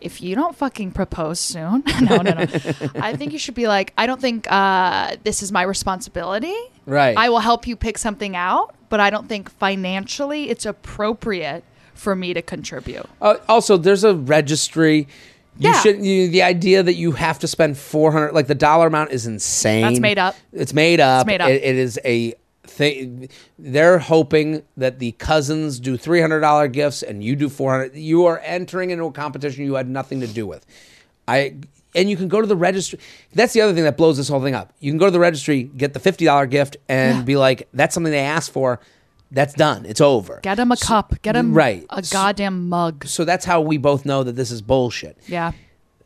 B: If you don't fucking propose soon, [LAUGHS] no,
A: [LAUGHS]
B: no, no. I think you should be like, I don't think uh, this is my responsibility.
A: Right.
B: I will help you pick something out, but I don't think financially it's appropriate for me to contribute.
A: Uh, also, there's a registry. You
B: Yeah.
A: should you, the idea that you have to spend 400 like the dollar amount is insane.
B: That's made up.
A: It's made up.
B: made up.
A: It- it is a thing they're hoping that the cousins do $300 gifts and you do 400 you are entering into a competition you had nothing to do with. I and you can go to the registry. That's the other thing that blows this whole thing up. You can go to the registry, get the $50 gift and
B: Yeah.
A: be like that's something they asked for. That's done. It's over.
B: Get him a cup. Get him
A: right.
B: a
A: So-
B: goddamn mug.
A: So that's how we both know that this is bullshit.
B: Yeah.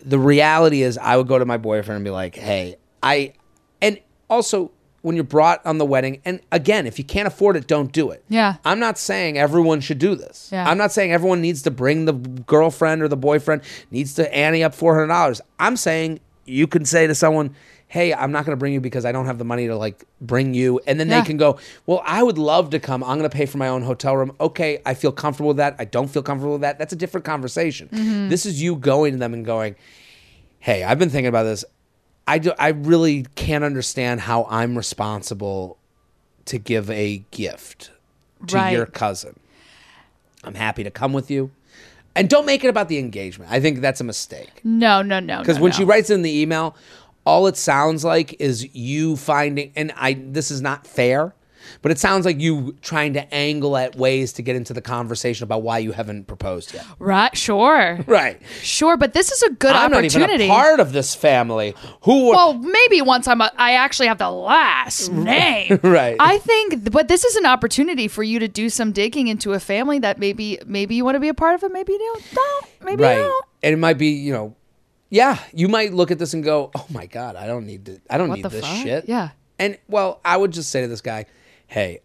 A: The reality is, I would go to my boyfriend and be like, hey, I. And also, when you're brought on the wedding, and again, if you can't afford it, don't do it.
B: Yeah.
A: I'm not saying everyone should do this.
B: Yeah.
A: I'm not saying everyone needs to bring the girlfriend or the boyfriend, needs to ante up $400. I'm saying you can say to someone, hey, I'm not going to bring you because I don't have the money to like bring you. And then
B: Yeah.
A: they can go, well, I would love to come. I'm going to pay for my own hotel room. Okay, I feel comfortable with that. I don't feel comfortable with that. That's a different conversation.
B: Mm-hmm.
A: This is you going to them and going, hey, I've been thinking about this. I, do, I really can't understand how I'm responsible to give a gift to
B: Right.
A: your cousin. I'm happy to come with you. And don't make it about the engagement. I think that's a mistake.
B: No, no, no.
A: Because
B: no,
A: when
B: no.
A: she writes in the email, all it sounds like is you finding and I this is not fair, but it sounds like you trying to angle at ways to get into the conversation about why you haven't proposed yet. [LAUGHS]
B: Right, sure.
A: Right.
B: Sure, but this is a good
A: I'm not even
B: opportunity.
A: a part of this family. Who were
B: well, maybe once I'm a, I actually have the last name.
A: [LAUGHS] Right.
B: I think but this is an opportunity for you to do some digging into a family that maybe maybe you want to be a part of it, maybe you don't. don't maybe you
A: right.
B: don't.
A: And it might be, you know, yeah, you might look at this and go, "Oh my god, I don't need to I don't need
B: the
A: this
B: fuck?
A: shit."
B: Yeah.
A: And well, I would just say to this guy, "Hey,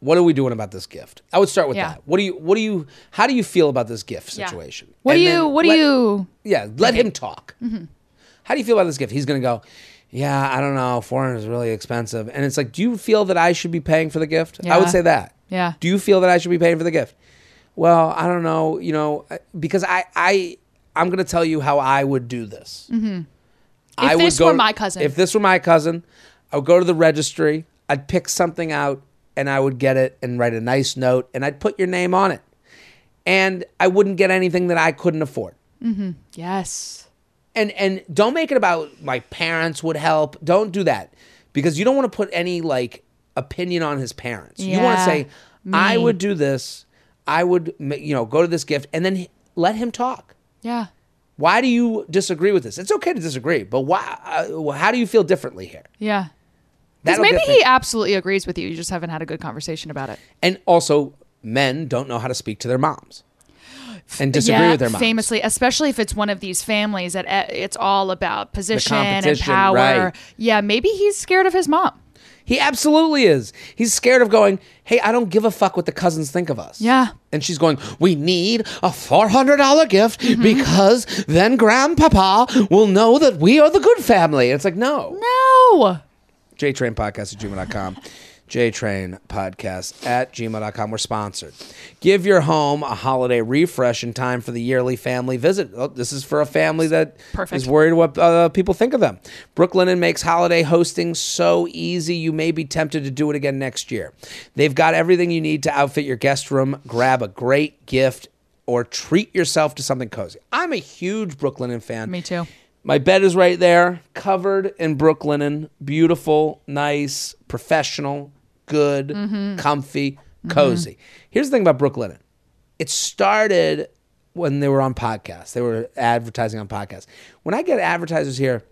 A: what are we doing about this gift?" I would start with
B: Yeah.
A: that. What do you what do you how do you feel about this gift
B: Yeah.
A: situation?
B: What
A: And
B: do you
A: then
B: what do
A: let-
B: you
A: Yeah, let him talk.
B: Mm-hmm.
A: How do you feel about this gift? He's going to go, "Yeah, I don't know, 400 is really expensive." And it's like, "Do you feel that I should be paying for the gift?" I
B: Yeah.
A: would say that.
B: Yeah.
A: Do you feel that I should be paying for the gift? Well, I don't know, you know, I- because I, I, I'm going to tell you how I would do this. Mm-hmm.
B: If this were my cousin.
A: If this were my cousin, I would go to the registry. I'd pick something out, and I would get it and write a nice note, and I'd put your name on it. And I wouldn't get anything that I couldn't afford
B: Yes.
A: and and don't make it about my parents would help. Don't do that because you don't want to put any like opinion on his parents. You want to
B: Yeah,
A: say I
B: me.
A: would do this. I would ma- you know go to this gift and then h- let him talk.
B: Yeah.
A: Why do you disagree with this? It's okay to disagree, but why? Uh, how do you feel differently here?
B: Yeah. Because
A: That'll
B: maybe
A: get
B: he
A: things-
B: absolutely agrees with you. You just haven't had a good conversation about it.
A: and also men don't know how to speak to their moms and disagree
B: Yeah,
A: with their moms.
B: famously, especially if it's one of these families that uh, it's all about position and
A: competition,
B: power.
A: right.
B: Yeah, maybe he's scared of his mom.
A: He absolutely is. He's scared of going, hey, I don't give a fuck what the cousins think of us.
B: Yeah.
A: And she's going, we need a $400 gift because then grandpapa will know that we are the good family. And it's like, no.
B: No.
A: JTrain Podcast at gmail.com. JTrain Podcast at gmail.com. We're sponsored. Give your home a holiday refresh in time for the yearly family visit. Oh, this is for a family that is
B: Perfect.
A: worried what uh, people think of them. Brooklinen makes holiday hosting so easy, you may be tempted to do it again next year. They've got everything you need to outfit your guest room. Grab a great gift or treat yourself to something cozy. I'm a huge Brooklinen fan.
B: Me too.
A: My bed is right there, covered in brook linen. Beautiful, nice, professional, good,
B: Mm-hmm.
A: comfy, cozy. Here's the thing about brook linen it started when they were on podcasts, they were advertising on podcasts. When I get advertisers here,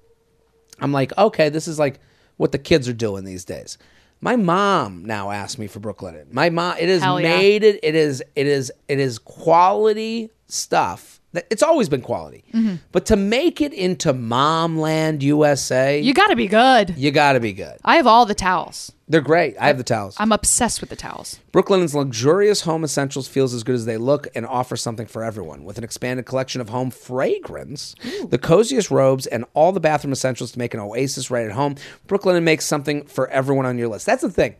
A: I'm like, okay, this is like what the kids are doing these days. My mom now asks me for Brooklyn. My mom, it is
B: Hell yeah.
A: made it. It is it is it is quality stuff. That- It's always been quality,
B: Mm-hmm.
A: but to make it into Momland USA,
B: You got to be good.
A: you got to be good.
B: I have all the towels.
A: They're great. I have the towels.
B: I'm obsessed with the towels.
A: Brooklinen's luxurious home essentials feels as good as they look and offers something for everyone. With an expanded collection of home fragrance, the coziest robes, and all the bathroom essentials to make an oasis right at home, Brooklinen makes something for everyone on your list. That's the thing.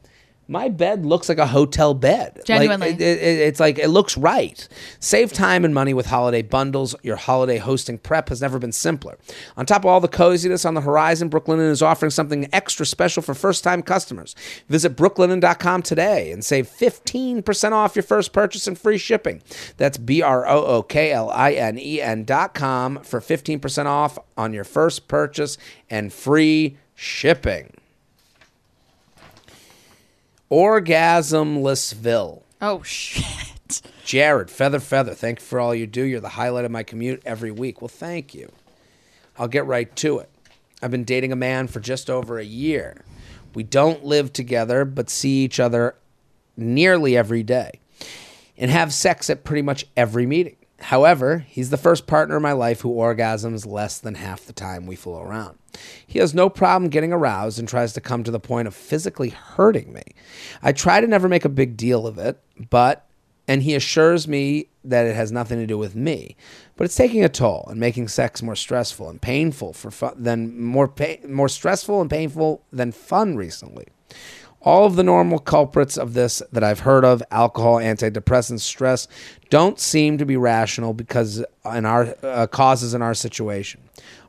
A: My bed looks like a hotel bed. Like,
B: Genuinely.
A: it- it- it- it's like it looks right. Save time and money with holiday bundles. Your holiday hosting prep has never been simpler. On top of all the coziness on the horizon, Brooklinen is offering something extra special for first-time customers. Visit brooklinen.com today and save 15% off your first purchase and free shipping. That's b r o o k l i n e n dot com for 15% off on your first purchase and free shipping. Orgasmlessville.
B: Oh shit.
A: Jared, Feather Feather, thank you for all you do. You're the highlight of my commute every week. Well, thank you. I'll get right to it. I've been dating a man for just over a year. We don't live together, but see each other nearly every day and have sex at pretty much every meeting. However, he's the first partner in my life who orgasms less than half the time we fool around. He has no problem getting aroused and tries to come to the point of physically hurting me. I try to never make a big deal of it, but and he assures me that it has nothing to do with me, but it's taking a toll and making sex more stressful and painful for fun than more pa- more stressful and painful than fun recently. All of the normal culprits of this that I've heard of, alcohol, antidepressants, stress, don't seem to be rational because in our uh, causes in our situation.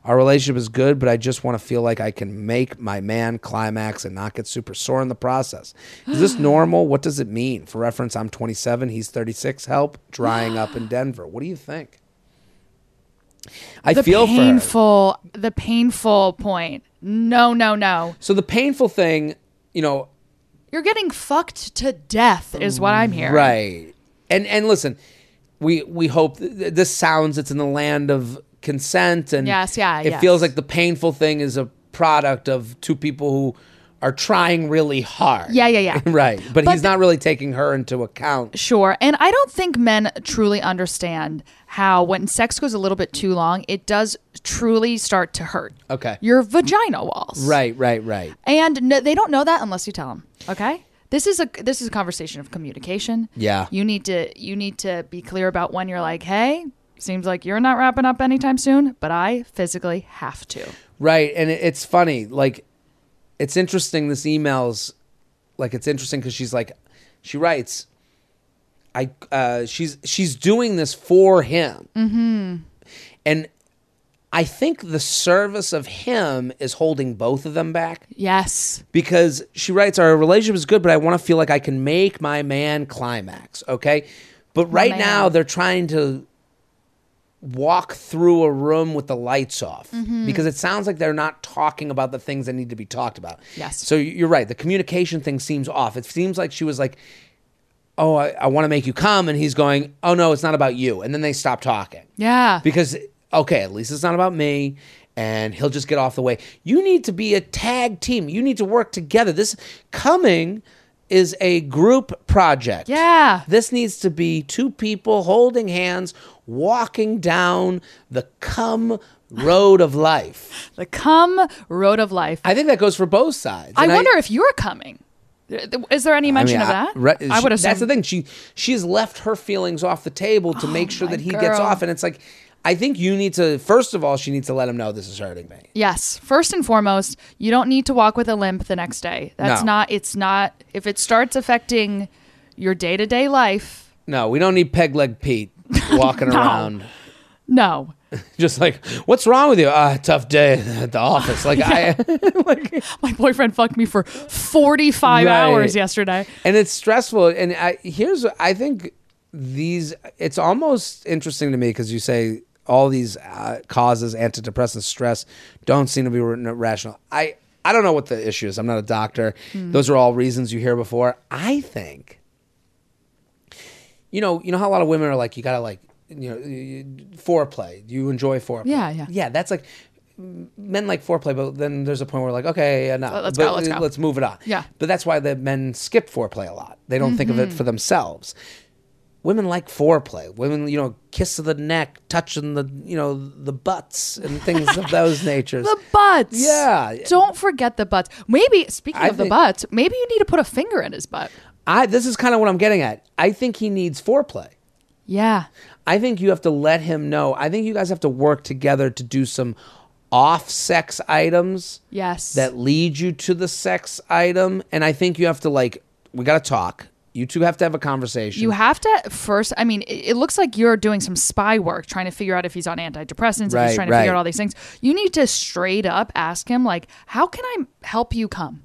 A: Our relationship is good, but I just want to feel like I can make my man climax and not get super sore in the process. Is
B: [GASPS]
A: this normal? What does it mean? For reference, I'm 27, he's 36. Help drying up
B: [GASPS]
A: in Denver. What do you think? I
B: [LAUGHS] The
A: feel for her.
B: painful the painful point. No, no, no.
A: So the painful thing, you know,
B: You're getting fucked to death is what I'm hearing.
A: Right. And and listen, we we hope th- th- this sounds it's in the land of consent and
B: Yes, yeah,
A: It
B: yes.
A: feels like the painful thing is a product of two people who are trying really hard.
B: Yeah, yeah, yeah.
A: [LAUGHS] right. But,
B: But
A: he's not really taking her into account.
B: Sure. And I don't think men truly understand how when sex goes a little bit too long, it does truly start to hurt.
A: Okay.
B: Your vagina walls.
A: Right, right, right.
B: And no, they don't know that unless you tell them. Okay. This is a this is a conversation of communication.
A: Yeah.
B: You need to you need to be clear about when you're like, hey, seems like you're not wrapping up anytime soon, but I physically have to.
A: Right. And it, it's funny. Like, it's interesting. This email's like, it's interesting because she's like, she writes, I, uh, she's, she's doing this for him. Mm-hmm. And I think the service of him is holding both of them back
B: Yes.
A: because she writes, Our relationship is good, but I want to feel like I can make my man climax. Okay. But right
B: man.
A: now, they're trying to walk through a room with the lights off
B: Mm-hmm.
A: because it sounds like they're not talking about the things that need to be talked about.
B: Yes.
A: So you're right. The communication thing seems off. It seems like she was like, Oh, I, I want to make you come. And he's going, Oh, no, it's not about you. And then they stop talking
B: [LAUGHS] Yeah.
A: because okay at least it's not about me and he'll just get off the way you need to be a tag team you need to work together this coming is a group project
B: Yeah.
A: this needs to be two people holding hands walking down the come road of life
B: the come road of life.
A: i think that goes for both sides
B: I
A: And
B: wonder if you're coming. Is there any
A: I mean,
B: mention
A: I-
B: of that?
A: right,
B: I would
A: she-
B: assume.
A: That's the thing. She she's left her feelings off the table to make sure
B: Oh my
A: that he gets
B: girl.
A: off, and it's like, I think you need to. First of all, she needs to let him know this is hurting me.
B: Yes. First and foremost, you don't need to walk with a limp the next day. That's
A: No.
B: not. It's not. If it starts affecting your day to day life,
A: No, we don't need peg leg Pete walking
B: No.
A: around
B: no.
A: just like, what's wrong with you? Ah, tough day at the office. Like I
B: [LAUGHS] My boyfriend fucked me for forty five
A: Right.
B: hours yesterday.
A: and it's stressful and I here's I think these it's almost interesting to me cuz you say all these uh, causes antidepressants stress don't seem to be ra- rational. I I don't know what the issue is. I'm not a doctor.
B: Hmm.
A: Those are all reasons you hear before. I think you know, you know how a lot of women are like, you gotta like, you know, you- you- foreplay. Do You enjoy foreplay.
B: Yeah, yeah.
A: yeah. That's like men like foreplay, but then there's a point where like, okay, enough.
B: Let's
A: but
B: go, let's go.
A: Let's move it on.
B: Yeah.
A: But that's why the men skip foreplay a lot. They don't think of
B: Mm-hmm.
A: it for themselves. Women like foreplay. Women, you know, kiss of the neck, touching the, you know, the butts and things
B: [LAUGHS]
A: of those natures.
B: The butts.
A: Yeah.
B: Don't forget the butts. Maybe speaking
A: I
B: of the
A: think-
B: butts, maybe you need to put a finger in his butt.
A: I this is kind of what I'm getting at. I think he needs foreplay.
B: Yeah.
A: I think you have to let him know. I think you guys have to work together to do some off sex items
B: Yes.
A: that lead you to the sex item. And I think you have to, like, we got to talk. You two have to have a conversation.
B: you have to first. I mean, it, it looks like you're doing some spy work, trying to figure out if he's on antidepressants, if
A: Right,
B: he's trying to
A: right.
B: figure out all these things. You need to straight up ask him, like, "How can I help you come?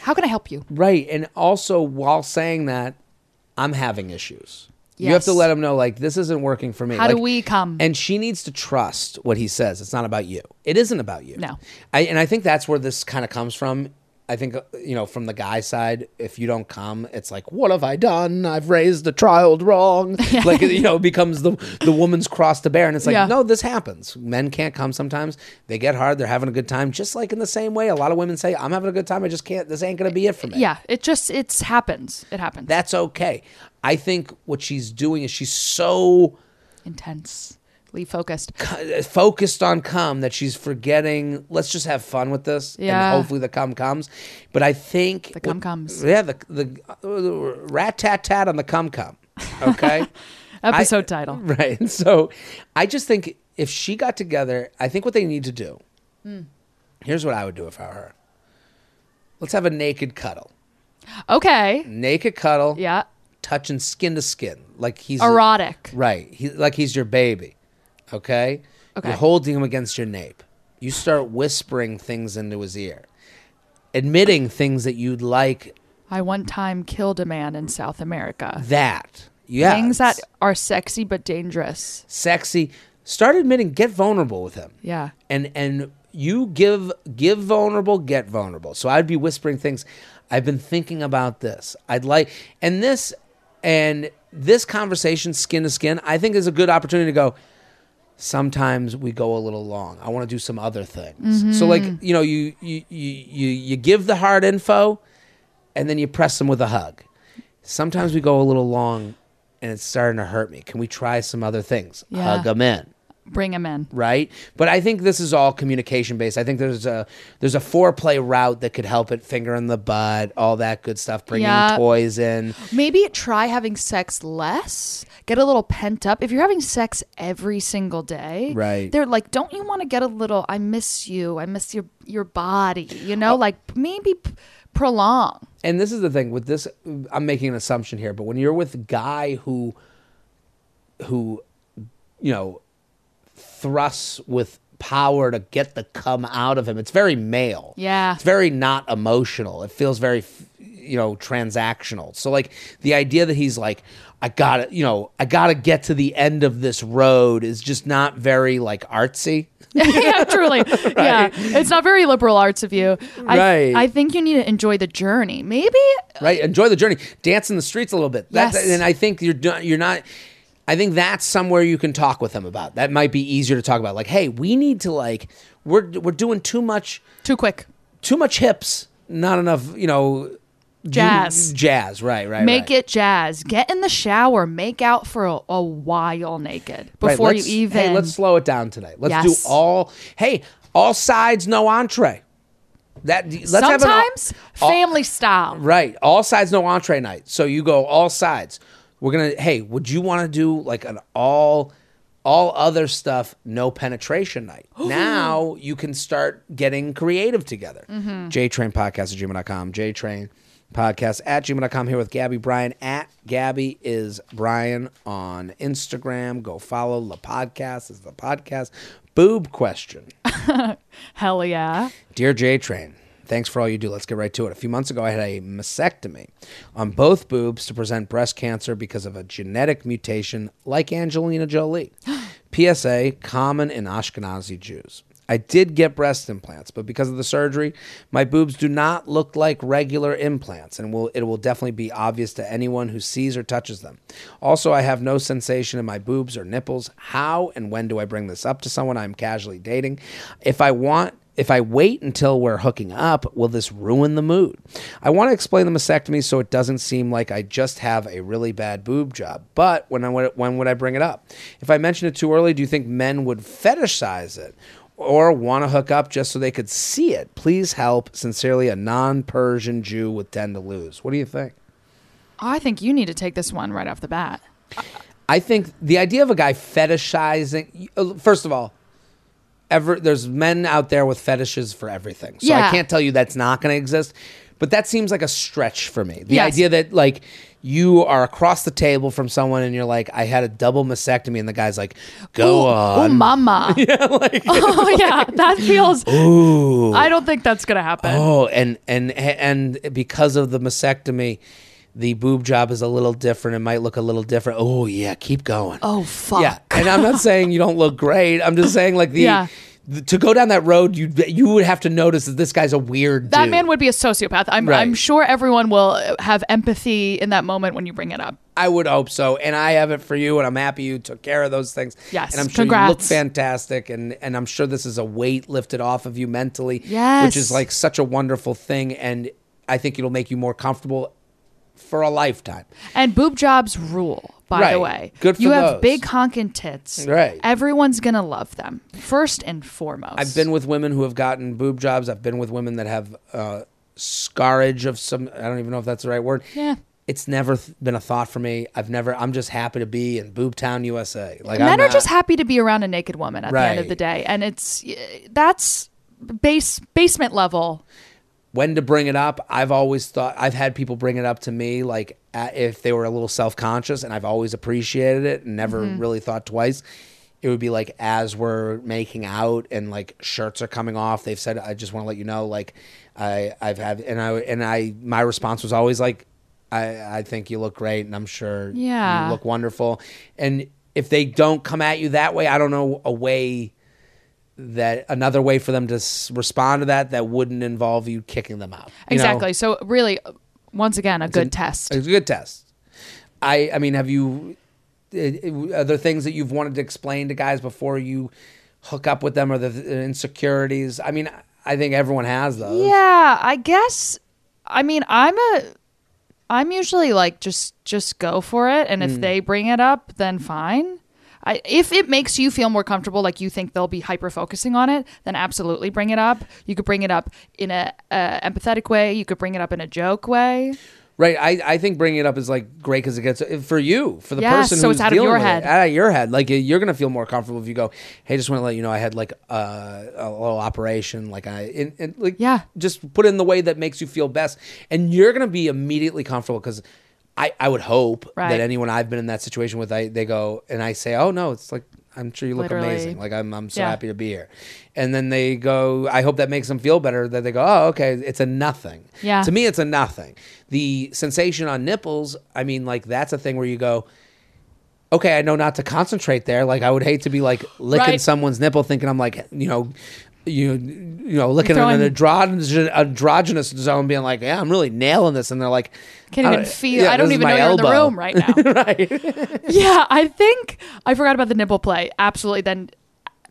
B: How can I help you?"
A: right. And also, while saying that, I'm having issues. You have to
B: Yes.
A: let him know, like, this isn't working for me.
B: How do
A: Like,
B: we come?
A: And she needs to trust what he says. It's not about you. It isn't about you.
B: No.
A: I, and I think that's where this kind of comes from. I think, uh, you know, from the guy side, if you don't come, it's like, what have I done? I've raised the child
B: [LAUGHS]
A: wrong. like, you know, it becomes the, the woman's cross to bear. And it's like,
B: Yeah.
A: no, this happens. Men can't come sometimes. They get hard. They're having a good time. Just like in the same way, a lot of women say, I'm having a good time. I just can't, this ain't going to be it for me.
B: yeah, it just it's happens. It happens.
A: That's okay. I think what she's doing is she's so
B: intensely focused.
A: focused on cum that she's forgetting. Let's just have fun with this,
B: Yeah.
A: and hopefully the cum comes. But I think
B: The cum comes.
A: Yeah, the the, rat tat tat on the cum cum. Okay,
B: [LAUGHS] Episode
A: [LAUGHS]
B: title.
A: right. So I just think if she got together, I think what they need to do.
B: Hmm.
A: Here's what I would do if I were her. Let's have a naked cuddle. Mm.
B: Okay.
A: Naked cuddle.
B: Yeah.
A: Touching skin to skin, like he's
B: Erotic.
A: Right. He, like he's your baby. Okay?
B: Okay.
A: You're holding him against your nape. You start whispering things into his ear, admitting things that you'd like
B: I one time killed a man in South America.
A: that. Yeah.
B: Things that
A: it's
B: are sexy but dangerous.
A: sexy. Start admitting, get vulnerable with him.
B: Yeah.
A: And and you give give vulnerable, get vulnerable. So I'd be whispering things. I've been thinking about this. I'd like and this and this conversation skin to skin, I think is a good opportunity to go, sometimes we go a little long. I want to do some other things. So like,
B: Mm-hmm.
A: you know, you you you you you give the hard info and then you press them with a hug. Sometimes we go a little long and it's starting to hurt me. Can we try some other things?
B: Yeah.
A: Hug them in
B: Bring him in.
A: right? But I think this is all communication based. I think there's a there's a foreplay route that could help it, finger in the butt, all that good stuff, bringing
B: Yeah.
A: toys in.
B: Maybe try having sex less. Get a little pent up. If you're having sex every single day,
A: Right.
B: They're like, don't you want to get a little? I miss you. I miss your your body. You know, like maybe p- prolong. [LAUGHS]
A: And this is the thing with this. I'm making an assumption here, but when you're with a guy who who you know thrusts with power to get the cum out of him, it's very male.
B: Yeah.
A: it's very not emotional. It feels very, f- you know, transactional. So like the idea that he's like, I gotta, you know, I gotta get to the end of this road is just not very like artsy. [LAUGHS]
B: yeah, truly. Yeah, it's not very liberal arts of you. I,
A: Right.
B: I think you need to enjoy the journey. Maybe
A: right? Enjoy the journey, dance in the streets a little bit. That,
B: Yes.
A: and I think you're do- you're not. I think that's somewhere you can talk with them about. That might be easier to talk about. Like, hey, we need to like we're we're doing too much
B: too quick.
A: too much hips, not enough, you know, ju-
B: Jazz.
A: jazz, right, right.
B: Make it jazz. Get in the shower. Make out for a, a while naked before you even.
A: Hey, let's slow it down today. Let's
B: Yes.
A: do all. Hey, all sides, no entree. That let's have an all-
B: Sometimes family style.
A: Right. All sides, no entree night. So you go all sides. We're gonna. Hey, would you want to do like an all, all other stuff, no penetration night? now you can start getting creative together. JTrain podcast at gmail.com. JTrain podcast at gmail.com here with Gabby Bryan. At Gabby is Brian on Instagram. Go follow the podcast. Is the podcast boob question?
B: Hell yeah.
A: Dear J Train, thanks for all you do. Let's get right to it. A few months ago, I had a mastectomy on both boobs to present breast cancer because of a genetic mutation like Angelina Jolie. PSA, common in Ashkenazi Jews. I I did get breast implants, but because of the surgery, my boobs do not look like regular implants, and will it will definitely be obvious to anyone who sees or touches them. Also, I have no sensation in my boobs or nipples. How and when do I bring this up to someone I'm casually dating? If I want if I wait until we're hooking up, will this ruin the mood? I want to explain the mastectomy so it doesn't seem like I just have a really bad boob job. But when I would, when would I bring it up? If I mention it too early, do you think men would fetishize it or want to hook up just so they could see it? Please help. Sincerely, a non-Persian Jew with ten to lose. What do you think?
B: I think you need to take this one right off the bat.
A: I think the idea of a guy fetishizing. uh, First of all, ever there's men out there with fetishes for everything, so I
B: Yeah.
A: can't tell you that's not going to exist. But that seems like a stretch for me. The
B: Yes.
A: idea that like you are across the table from someone and you're like, I had a double mastectomy, and the guy's like, Go
B: Ooh,
A: on, [LAUGHS]
B: Ooh, mama. yeah, [LAUGHS] oh, yeah. That feels. I don't think that's going to happen.
A: Oh, and and and because of the mastectomy, the boob job is a little different. It might look a little different. Oh yeah, keep going.
B: Oh, fuck.
A: Yeah, and I'm not saying you don't look great. I'm just saying like the.
B: Yeah.
A: th- To go down that road, you you would have to notice that this guy's a weird.
B: That
A: dude.
B: man would be a sociopath. I'm,
A: Right.
B: I'm sure everyone will have empathy in that moment when you bring it up.
A: I would hope so, and I have it for you, and I'm happy you took care of those things.
B: Yes,
A: and I'm sure you look
B: congrats.
A: fantastic, and and I'm sure this is a weight lifted off of you mentally, which
B: Yes.
A: is like such a wonderful thing, and I think it'll make you more comfortable for a lifetime.
B: And boob jobs rule, by
A: Right.
B: the way.
A: Good for
B: You have
A: those.
B: big honkin' tits.
A: Right.
B: Everyone's going to love them, first and foremost.
A: I've been with women who have gotten boob jobs. I've been with women that have uh, scarage of some. I don't even know if that's the right word.
B: Yeah.
A: It's never th- been a thought for me. I've never. I'm just happy to be in Boob Town, USA. Like
B: Men
A: I'm
B: are
A: not-
B: just happy to be around a naked woman at the end of the
A: Right.
B: day. And it's that's base basement level.
A: when to bring it up. I've always thought. I've had people bring it up to me, like a- if they were a little self conscious, and I've always appreciated it and never really thought twice. It would be like as we're making out and like shirts are coming off. They've said, "I just want to let you know, like I I've had and I and I my response was always like, I I think you look great and I'm sure
B: Yeah.
A: you look wonderful. And if they don't come at you that way, I don't know a way that another way for them to s- respond to that that wouldn't involve you kicking them out. you know?
B: Exactly. So really once again a good test.
A: It's a good test. I I mean, have you it- it- are there things that you've wanted to explain to guys before you hook up with them or the the insecurities? I mean, I think everyone has those.
B: Yeah, I guess. I mean, I'm a. I'm usually like just just go for it, and if they bring it up, then fine. I, if it makes you feel more comfortable, like you think they'll be hyper focusing on it, then absolutely bring it up. You could bring it up in a uh, empathetic way. You could bring it up in a joke way.
A: Right. I, I think bringing it up is like great because it gets uh, for you for the
B: Yeah,
A: person
B: so
A: who's
B: it's out of
A: dealing
B: your
A: with it,
B: head.
A: out of your head. Like you're gonna feel more comfortable if you go, hey, just want to let you know I had like uh, a little operation. Like I and, and like
B: Yeah.
A: just put it in the way that makes you feel best, and you're gonna be immediately comfortable because. I, I would hope that
B: Right.
A: anyone I've been in that situation with, I they go and I say, oh no, it's like I'm sure you look
B: Literally.
A: amazing, like I'm I'm so
B: Yeah.
A: happy to be here, and then they go, I hope that makes them feel better that they go, oh okay, it's a nothing.
B: Yeah.
A: To me, it's a nothing. The sensation on nipples, I mean, like that's a thing where you go, okay, I know not to concentrate there. Like I would hate to be like licking
B: Right.
A: someone's nipple, thinking I'm like, you know, you you know, looking at an
B: Throwing-
A: androgynous, androgynous zone, being like, yeah, I'm really nailing this, and they're like,
B: Can't
A: I
B: even
A: don't-
B: feel.
A: yeah,
B: I don't
A: this is
B: even know
A: my
B: you're in the
A: elbow.
B: room right now.
A: [LAUGHS]
B: [LAUGHS] Yeah, I think I forgot about the nipple play. Absolutely. Then,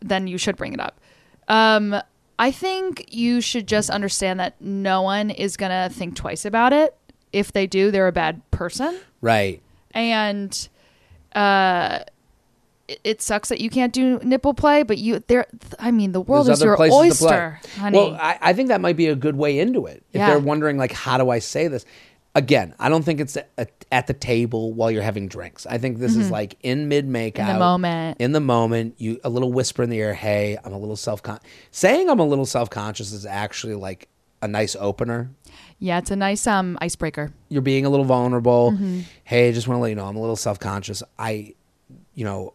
B: then you should bring it up. Um, I think you should just understand that no one is gonna think twice about it. If they do, they're a bad person,
A: Right.
B: and uh, it, it sucks that you can't do nipple play. But you, there. I mean, the world
A: There's
B: is
A: other
B: your
A: places to play.
B: oyster, honey.
A: Well, I, I think that might be a good way into it. If
B: Yeah.
A: they're wondering, like, how do I say this? Again, I don't think it's a, a- at the table while you're having drinks. I think this is like in mid makeout, in
B: Mm-hmm. moment.
A: In the moment, you a little whisper in the ear. Hey, I'm a little self con. Saying I'm a little self conscious is actually like a nice opener.
B: yeah, it's a nice um icebreaker.
A: You're being a little vulnerable. Hey, just want to let you know I'm a little self conscious. I, you know,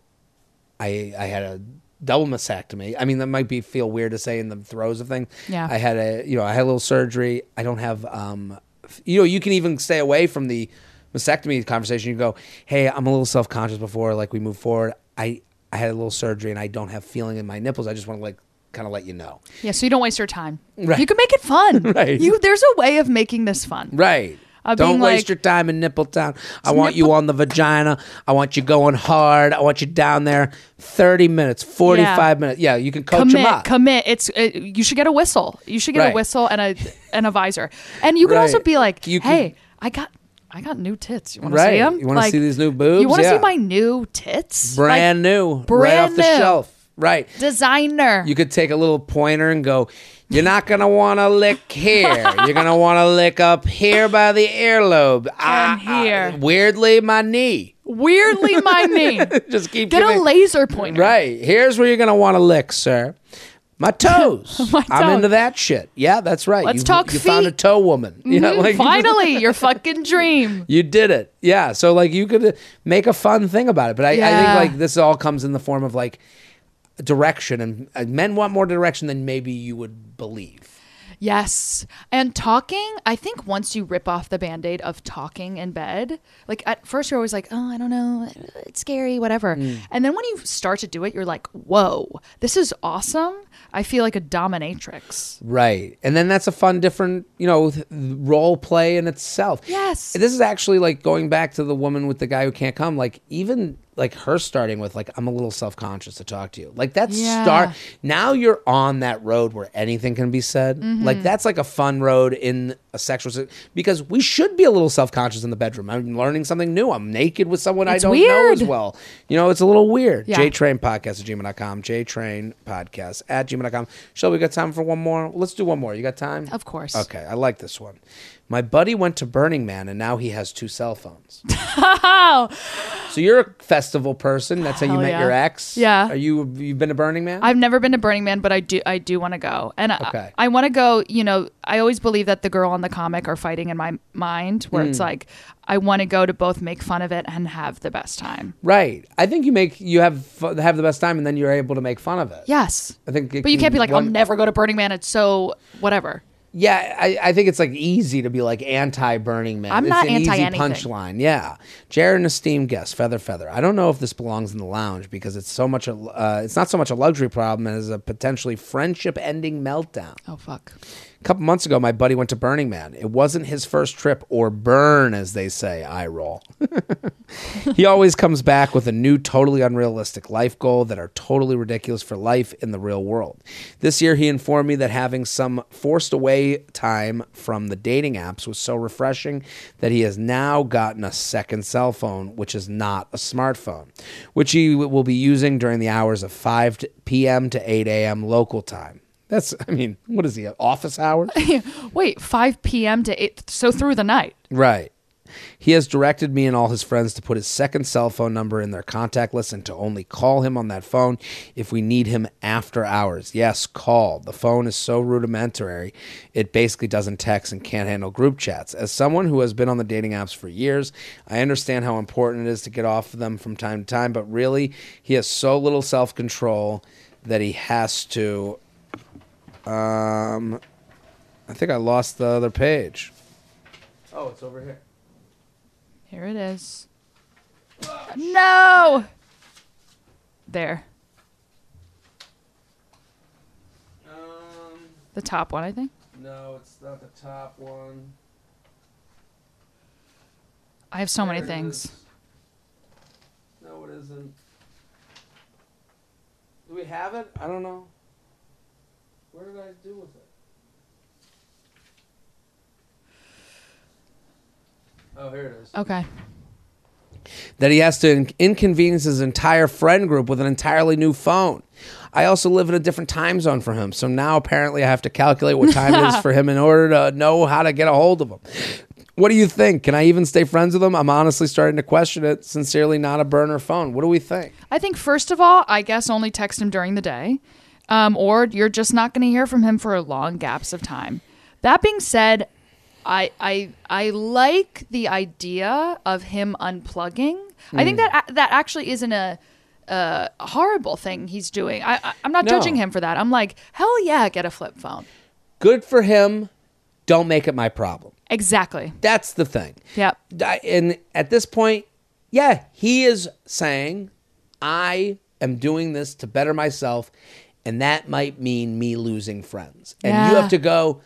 A: I I had a double mastectomy. I mean, that might be feel weird to say in the throes of things.
B: Yeah.
A: I had a you know I had a little surgery. I don't have um, f- you know you can even stay away from the mastectomy conversation. You go, hey, I'm a little self conscious before like we move forward. I I had a little surgery and I don't have feeling in my nipples. I just want to like kind of let you know.
B: Yeah, so you don't waste your time.
A: Right.
B: You can make it fun.
A: [LAUGHS] Right.
B: You there's a way of making this fun.
A: Right.
B: Uh,
A: Don't
B: being
A: waste
B: like-
A: your time in nipple town. I want you on the vagina. I want you going hard. I want you down there 30 minutes, 45 minutes. Yeah, you can coach them
B: Commit,
A: up.
B: commit. It's uh you should get a whistle. You should get
A: Oh, Right.
B: a whistle and a and a visor. And you can also
A: Right.
B: be like,
A: You can-
B: hey, I got I got new tits. You want to
A: Right.
B: see them?
A: You wanna see these new boobs?
B: You want to
A: Yeah.
B: see my new tits?
A: brand
B: Like,
A: new, right
B: brand
A: off the
B: new.
A: shelf. Right.
B: designer.
A: You could take a little pointer and go, you're not going to want to lick here.
B: [LAUGHS]
A: You're going to want to lick up here by the earlobe. Ah, ah,
B: here.
A: weirdly, my knee.
B: Weirdly,
A: [LAUGHS]
B: my knee.
A: Just keep
B: Get a
A: giving-
B: laser pointer.
A: Right. Here's where you're going to want to lick, sir.
B: [LAUGHS]
A: My toes.
B: My
A: I'm
B: toes.
A: into that shit. Yeah, that's right.
B: Let's
A: you,
B: talk
A: You found a
B: feet.
A: toe woman. [LAUGHS] You know,
B: Mhm.
A: like-
B: Finally, your fucking dream.
A: You did it. Yeah. So like you could uh, make a fun thing about it. But I,
B: Yeah.
A: I think like this all comes in the form of like direction and uh, men want more direction than maybe you would believe.
B: Yes. And talking, I think once you rip off the band aid of talking in bed, like at first you're always like, oh, I don't know, it's scary, whatever. And then when you start to do it, you're like, whoa, this is awesome. I feel like a dominatrix.
A: Right. And then that's a fun different, you know, th- role play in itself.
B: Yes.
A: This is actually like going back to the woman with the guy who can't come, like even like her starting with like I'm a little self-conscious to talk to you. Like that's
B: Yeah.
A: start now you're on that road where anything can be said.
B: Mm-hmm.
A: Like that's like a fun road in a sexual se- because we should be a little self-conscious in the bedroom. I'm learning something new. I'm naked with someone
B: It's
A: I don't know as
B: weird.
A: well. You know, it's a little weird.
B: Yeah.
A: JTrain podcast at gmail.com. JTrain podcast at gmail.com. Shelby, we got time for one more? Let's do one more. You got time?
B: Of course.
A: Okay, I like this one. My buddy went to Burning Man and now he has two cell phones.
B: Oh,
A: so you're a festival person. That's how you
B: Hell
A: met
B: yeah.
A: your ex.
B: Yeah.
A: Are you you've been to Burning Man?
B: I've never been to Burning Man, but I do I do want to go. And I-
A: Okay.
B: I, want to go, you know, I always believe that the girl and the comic are fighting in my mind where it's like I want to go to both make fun of it and have the best time.
A: right. I think you make you have fu- have the best time and then you're able to make fun of it.
B: Yes.
A: I think it
B: But you
A: can
B: can't be like, I'll
A: one-
B: never go to Burning Man. It's so whatever.
A: Yeah, I, I think it's like easy to be like anti Burning Man.
B: I'm
A: it's
B: not
A: an easy
B: anti-anything.
A: punchline. Yeah, Jared, an esteemed guest, Feather Feather. I don't know if this belongs in the lounge because it's so much. A, uh, it's not so much a luxury problem as a potentially friendship-ending meltdown.
B: Oh fuck.
A: A couple months ago, my buddy went to Burning Man. It wasn't his first trip or burn, as they say. I roll. he always comes back with a new, totally unrealistic life goal that are totally ridiculous for life in the real world. This year, he informed me that having some forced away time from the dating apps was so refreshing that he has now gotten a second cell phone, which is not a smartphone, which he w- will be using during the hours of 5 t- p.m. to 8 a.m. local time. That's, I mean, what is he, office hours?
B: [LAUGHS] Wait, 5 p.m. to 8. So through the night.
A: Right. He has directed me and all his friends to put his second cell phone number in their contact list and to only call him on that phone if we need him after hours. Yes, call. The phone is so rudimentary, it basically doesn't text and can't handle group chats. As someone who has been on the dating apps for years, I understand how important it is to get off of them from time to time, but really, he has so little self control that he has to. Um, I think I lost the other page. Oh, it's over here.
B: Here it is. No. There.
A: Um,
B: The top one, I think.
A: no, it's not the top one.
B: I have so many
A: There it
B: things.
A: is. No, it isn't. Do we have it? I don't know. What did I do with it? Oh, here it is.
B: Okay.
A: that he has to in- inconvenience his entire friend group with an entirely new phone. I also live in a different time zone for him, so now apparently I have to calculate what time it is for him in order to know how to get a hold of him. What do you think? Can I even stay friends with him? I'm honestly starting to question it. Sincerely, not a burner phone. What do we think?
B: I think first of all, I guess only text him during the day, um, or you're just not going to hear from him for long gaps of time. That being said, I I I like the idea of him unplugging. I think that that actually isn't a. Uh, horrible thing he's doing. I, I I'm not
A: No.
B: judging him for that. I'm like, hell yeah, get a flip phone.
A: Good for him. Don't make it my problem.
B: Exactly.
A: That's the thing.
B: Yep.
A: I- And at this point, yeah, he is saying, I am doing this to better myself and that might mean me losing friends. And you
B: Yeah.
A: have to go,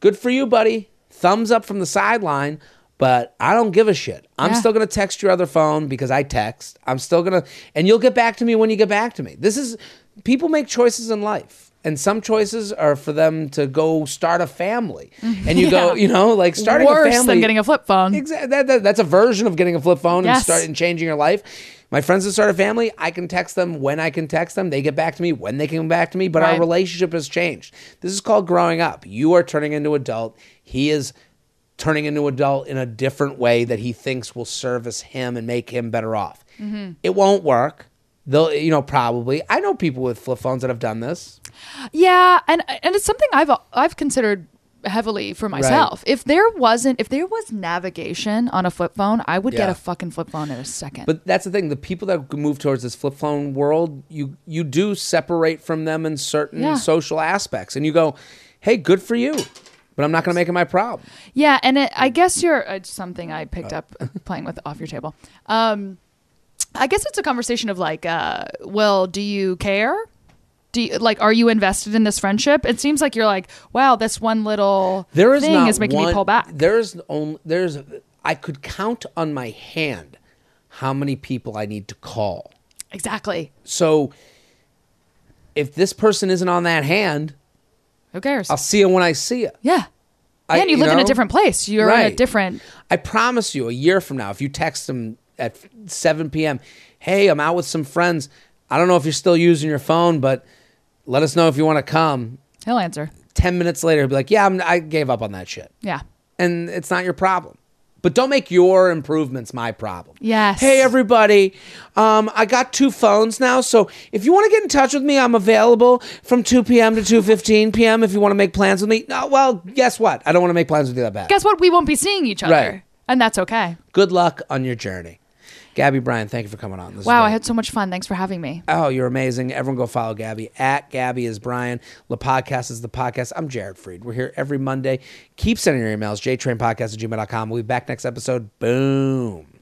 A: good for you, buddy. Thumbs up from the sideline, but I don't give a shit. I'm
B: Yeah.
A: still going to text your other phone because I text. I'm still going to, and you'll get back to me when you get back to me. This is, people make choices in life. And some choices are for them to go start a family. And you go,
B: [LAUGHS] Yeah.
A: you know, like starting a
B: Worse
A: family.
B: than getting a flip phone.
A: Exactly. That, that, that's a version of getting a flip phone and
B: Yes.
A: start and changing your life. My friends that start a family, I can text them when I can text them. They get back to me when they can get back to me. But our
B: Right.
A: relationship has changed. This is called growing up. You are turning into adult. He is turning into adult in a different way that he thinks will service him and make him better off.
B: Mm-hmm.
A: It won't work. They'll, you know, probably. I know people with flip phones that have done this.
B: Yeah, and and it's something I've I've considered heavily for myself. If there wasn't if there was navigation on a flip phone, I would get
A: Yeah.
B: a fucking flip phone in a second.
A: But that's the thing. The people that move towards this flip phone world, you you do separate from them in certain
B: Yeah.
A: social aspects, and you go, "Hey, good for you," but I'm not going to make it my problem.
B: yeah, and it, I guess you're uh, it's something I picked up playing with off your table. Um I guess it's a conversation of like uh well, do you care? Do you, like are you invested in this friendship? It seems like you're like, wow, this one little
A: There is
B: thing
A: not
B: is making
A: one,
B: me pull back.
A: There is only there's I could count on my hand how many people I need to call.
B: Exactly.
A: So if this person isn't on that hand,
B: Who cares?
A: I'll see you when I see you.
B: yeah.
A: I-
B: and you,
A: you
B: live in
A: know?
B: a different place. You're in a
A: Right.
B: different
A: I promise you, a year from now, if you text them at 7 p.m., hey, I'm out with some friends. I don't know if you're still using your phone, but let us know if you want to come.
B: He'll answer.
A: 10 minutes later, he'll be like, yeah, I'm, I gave up on that shit.
B: Yeah.
A: And it's not your problem. But don't make your improvements my problem.
B: Yes.
A: Hey, everybody. Um, I got two phones now. So if you want to get in touch with me, I'm available from 2 p.m. to 2.15 p.m. if you want to make plans with me. No, well, guess what? I don't want to make plans with you that bad.
B: Guess what? We won't be seeing each other.
A: Right.
B: And that's okay.
A: good luck on your journey. Gabby Bryan, thank you for coming on. This is
B: Wow, I
A: great.
B: had so much fun. Thanks for having me.
A: Oh, you're amazing. Everyone go follow Gabby. At Gabby is Brian. The podcast is the podcast. I'm Jared Freed. We're here every Monday. Keep sending your emails, jtrainpodcast at gmail.com. We'll be back next episode. Boom.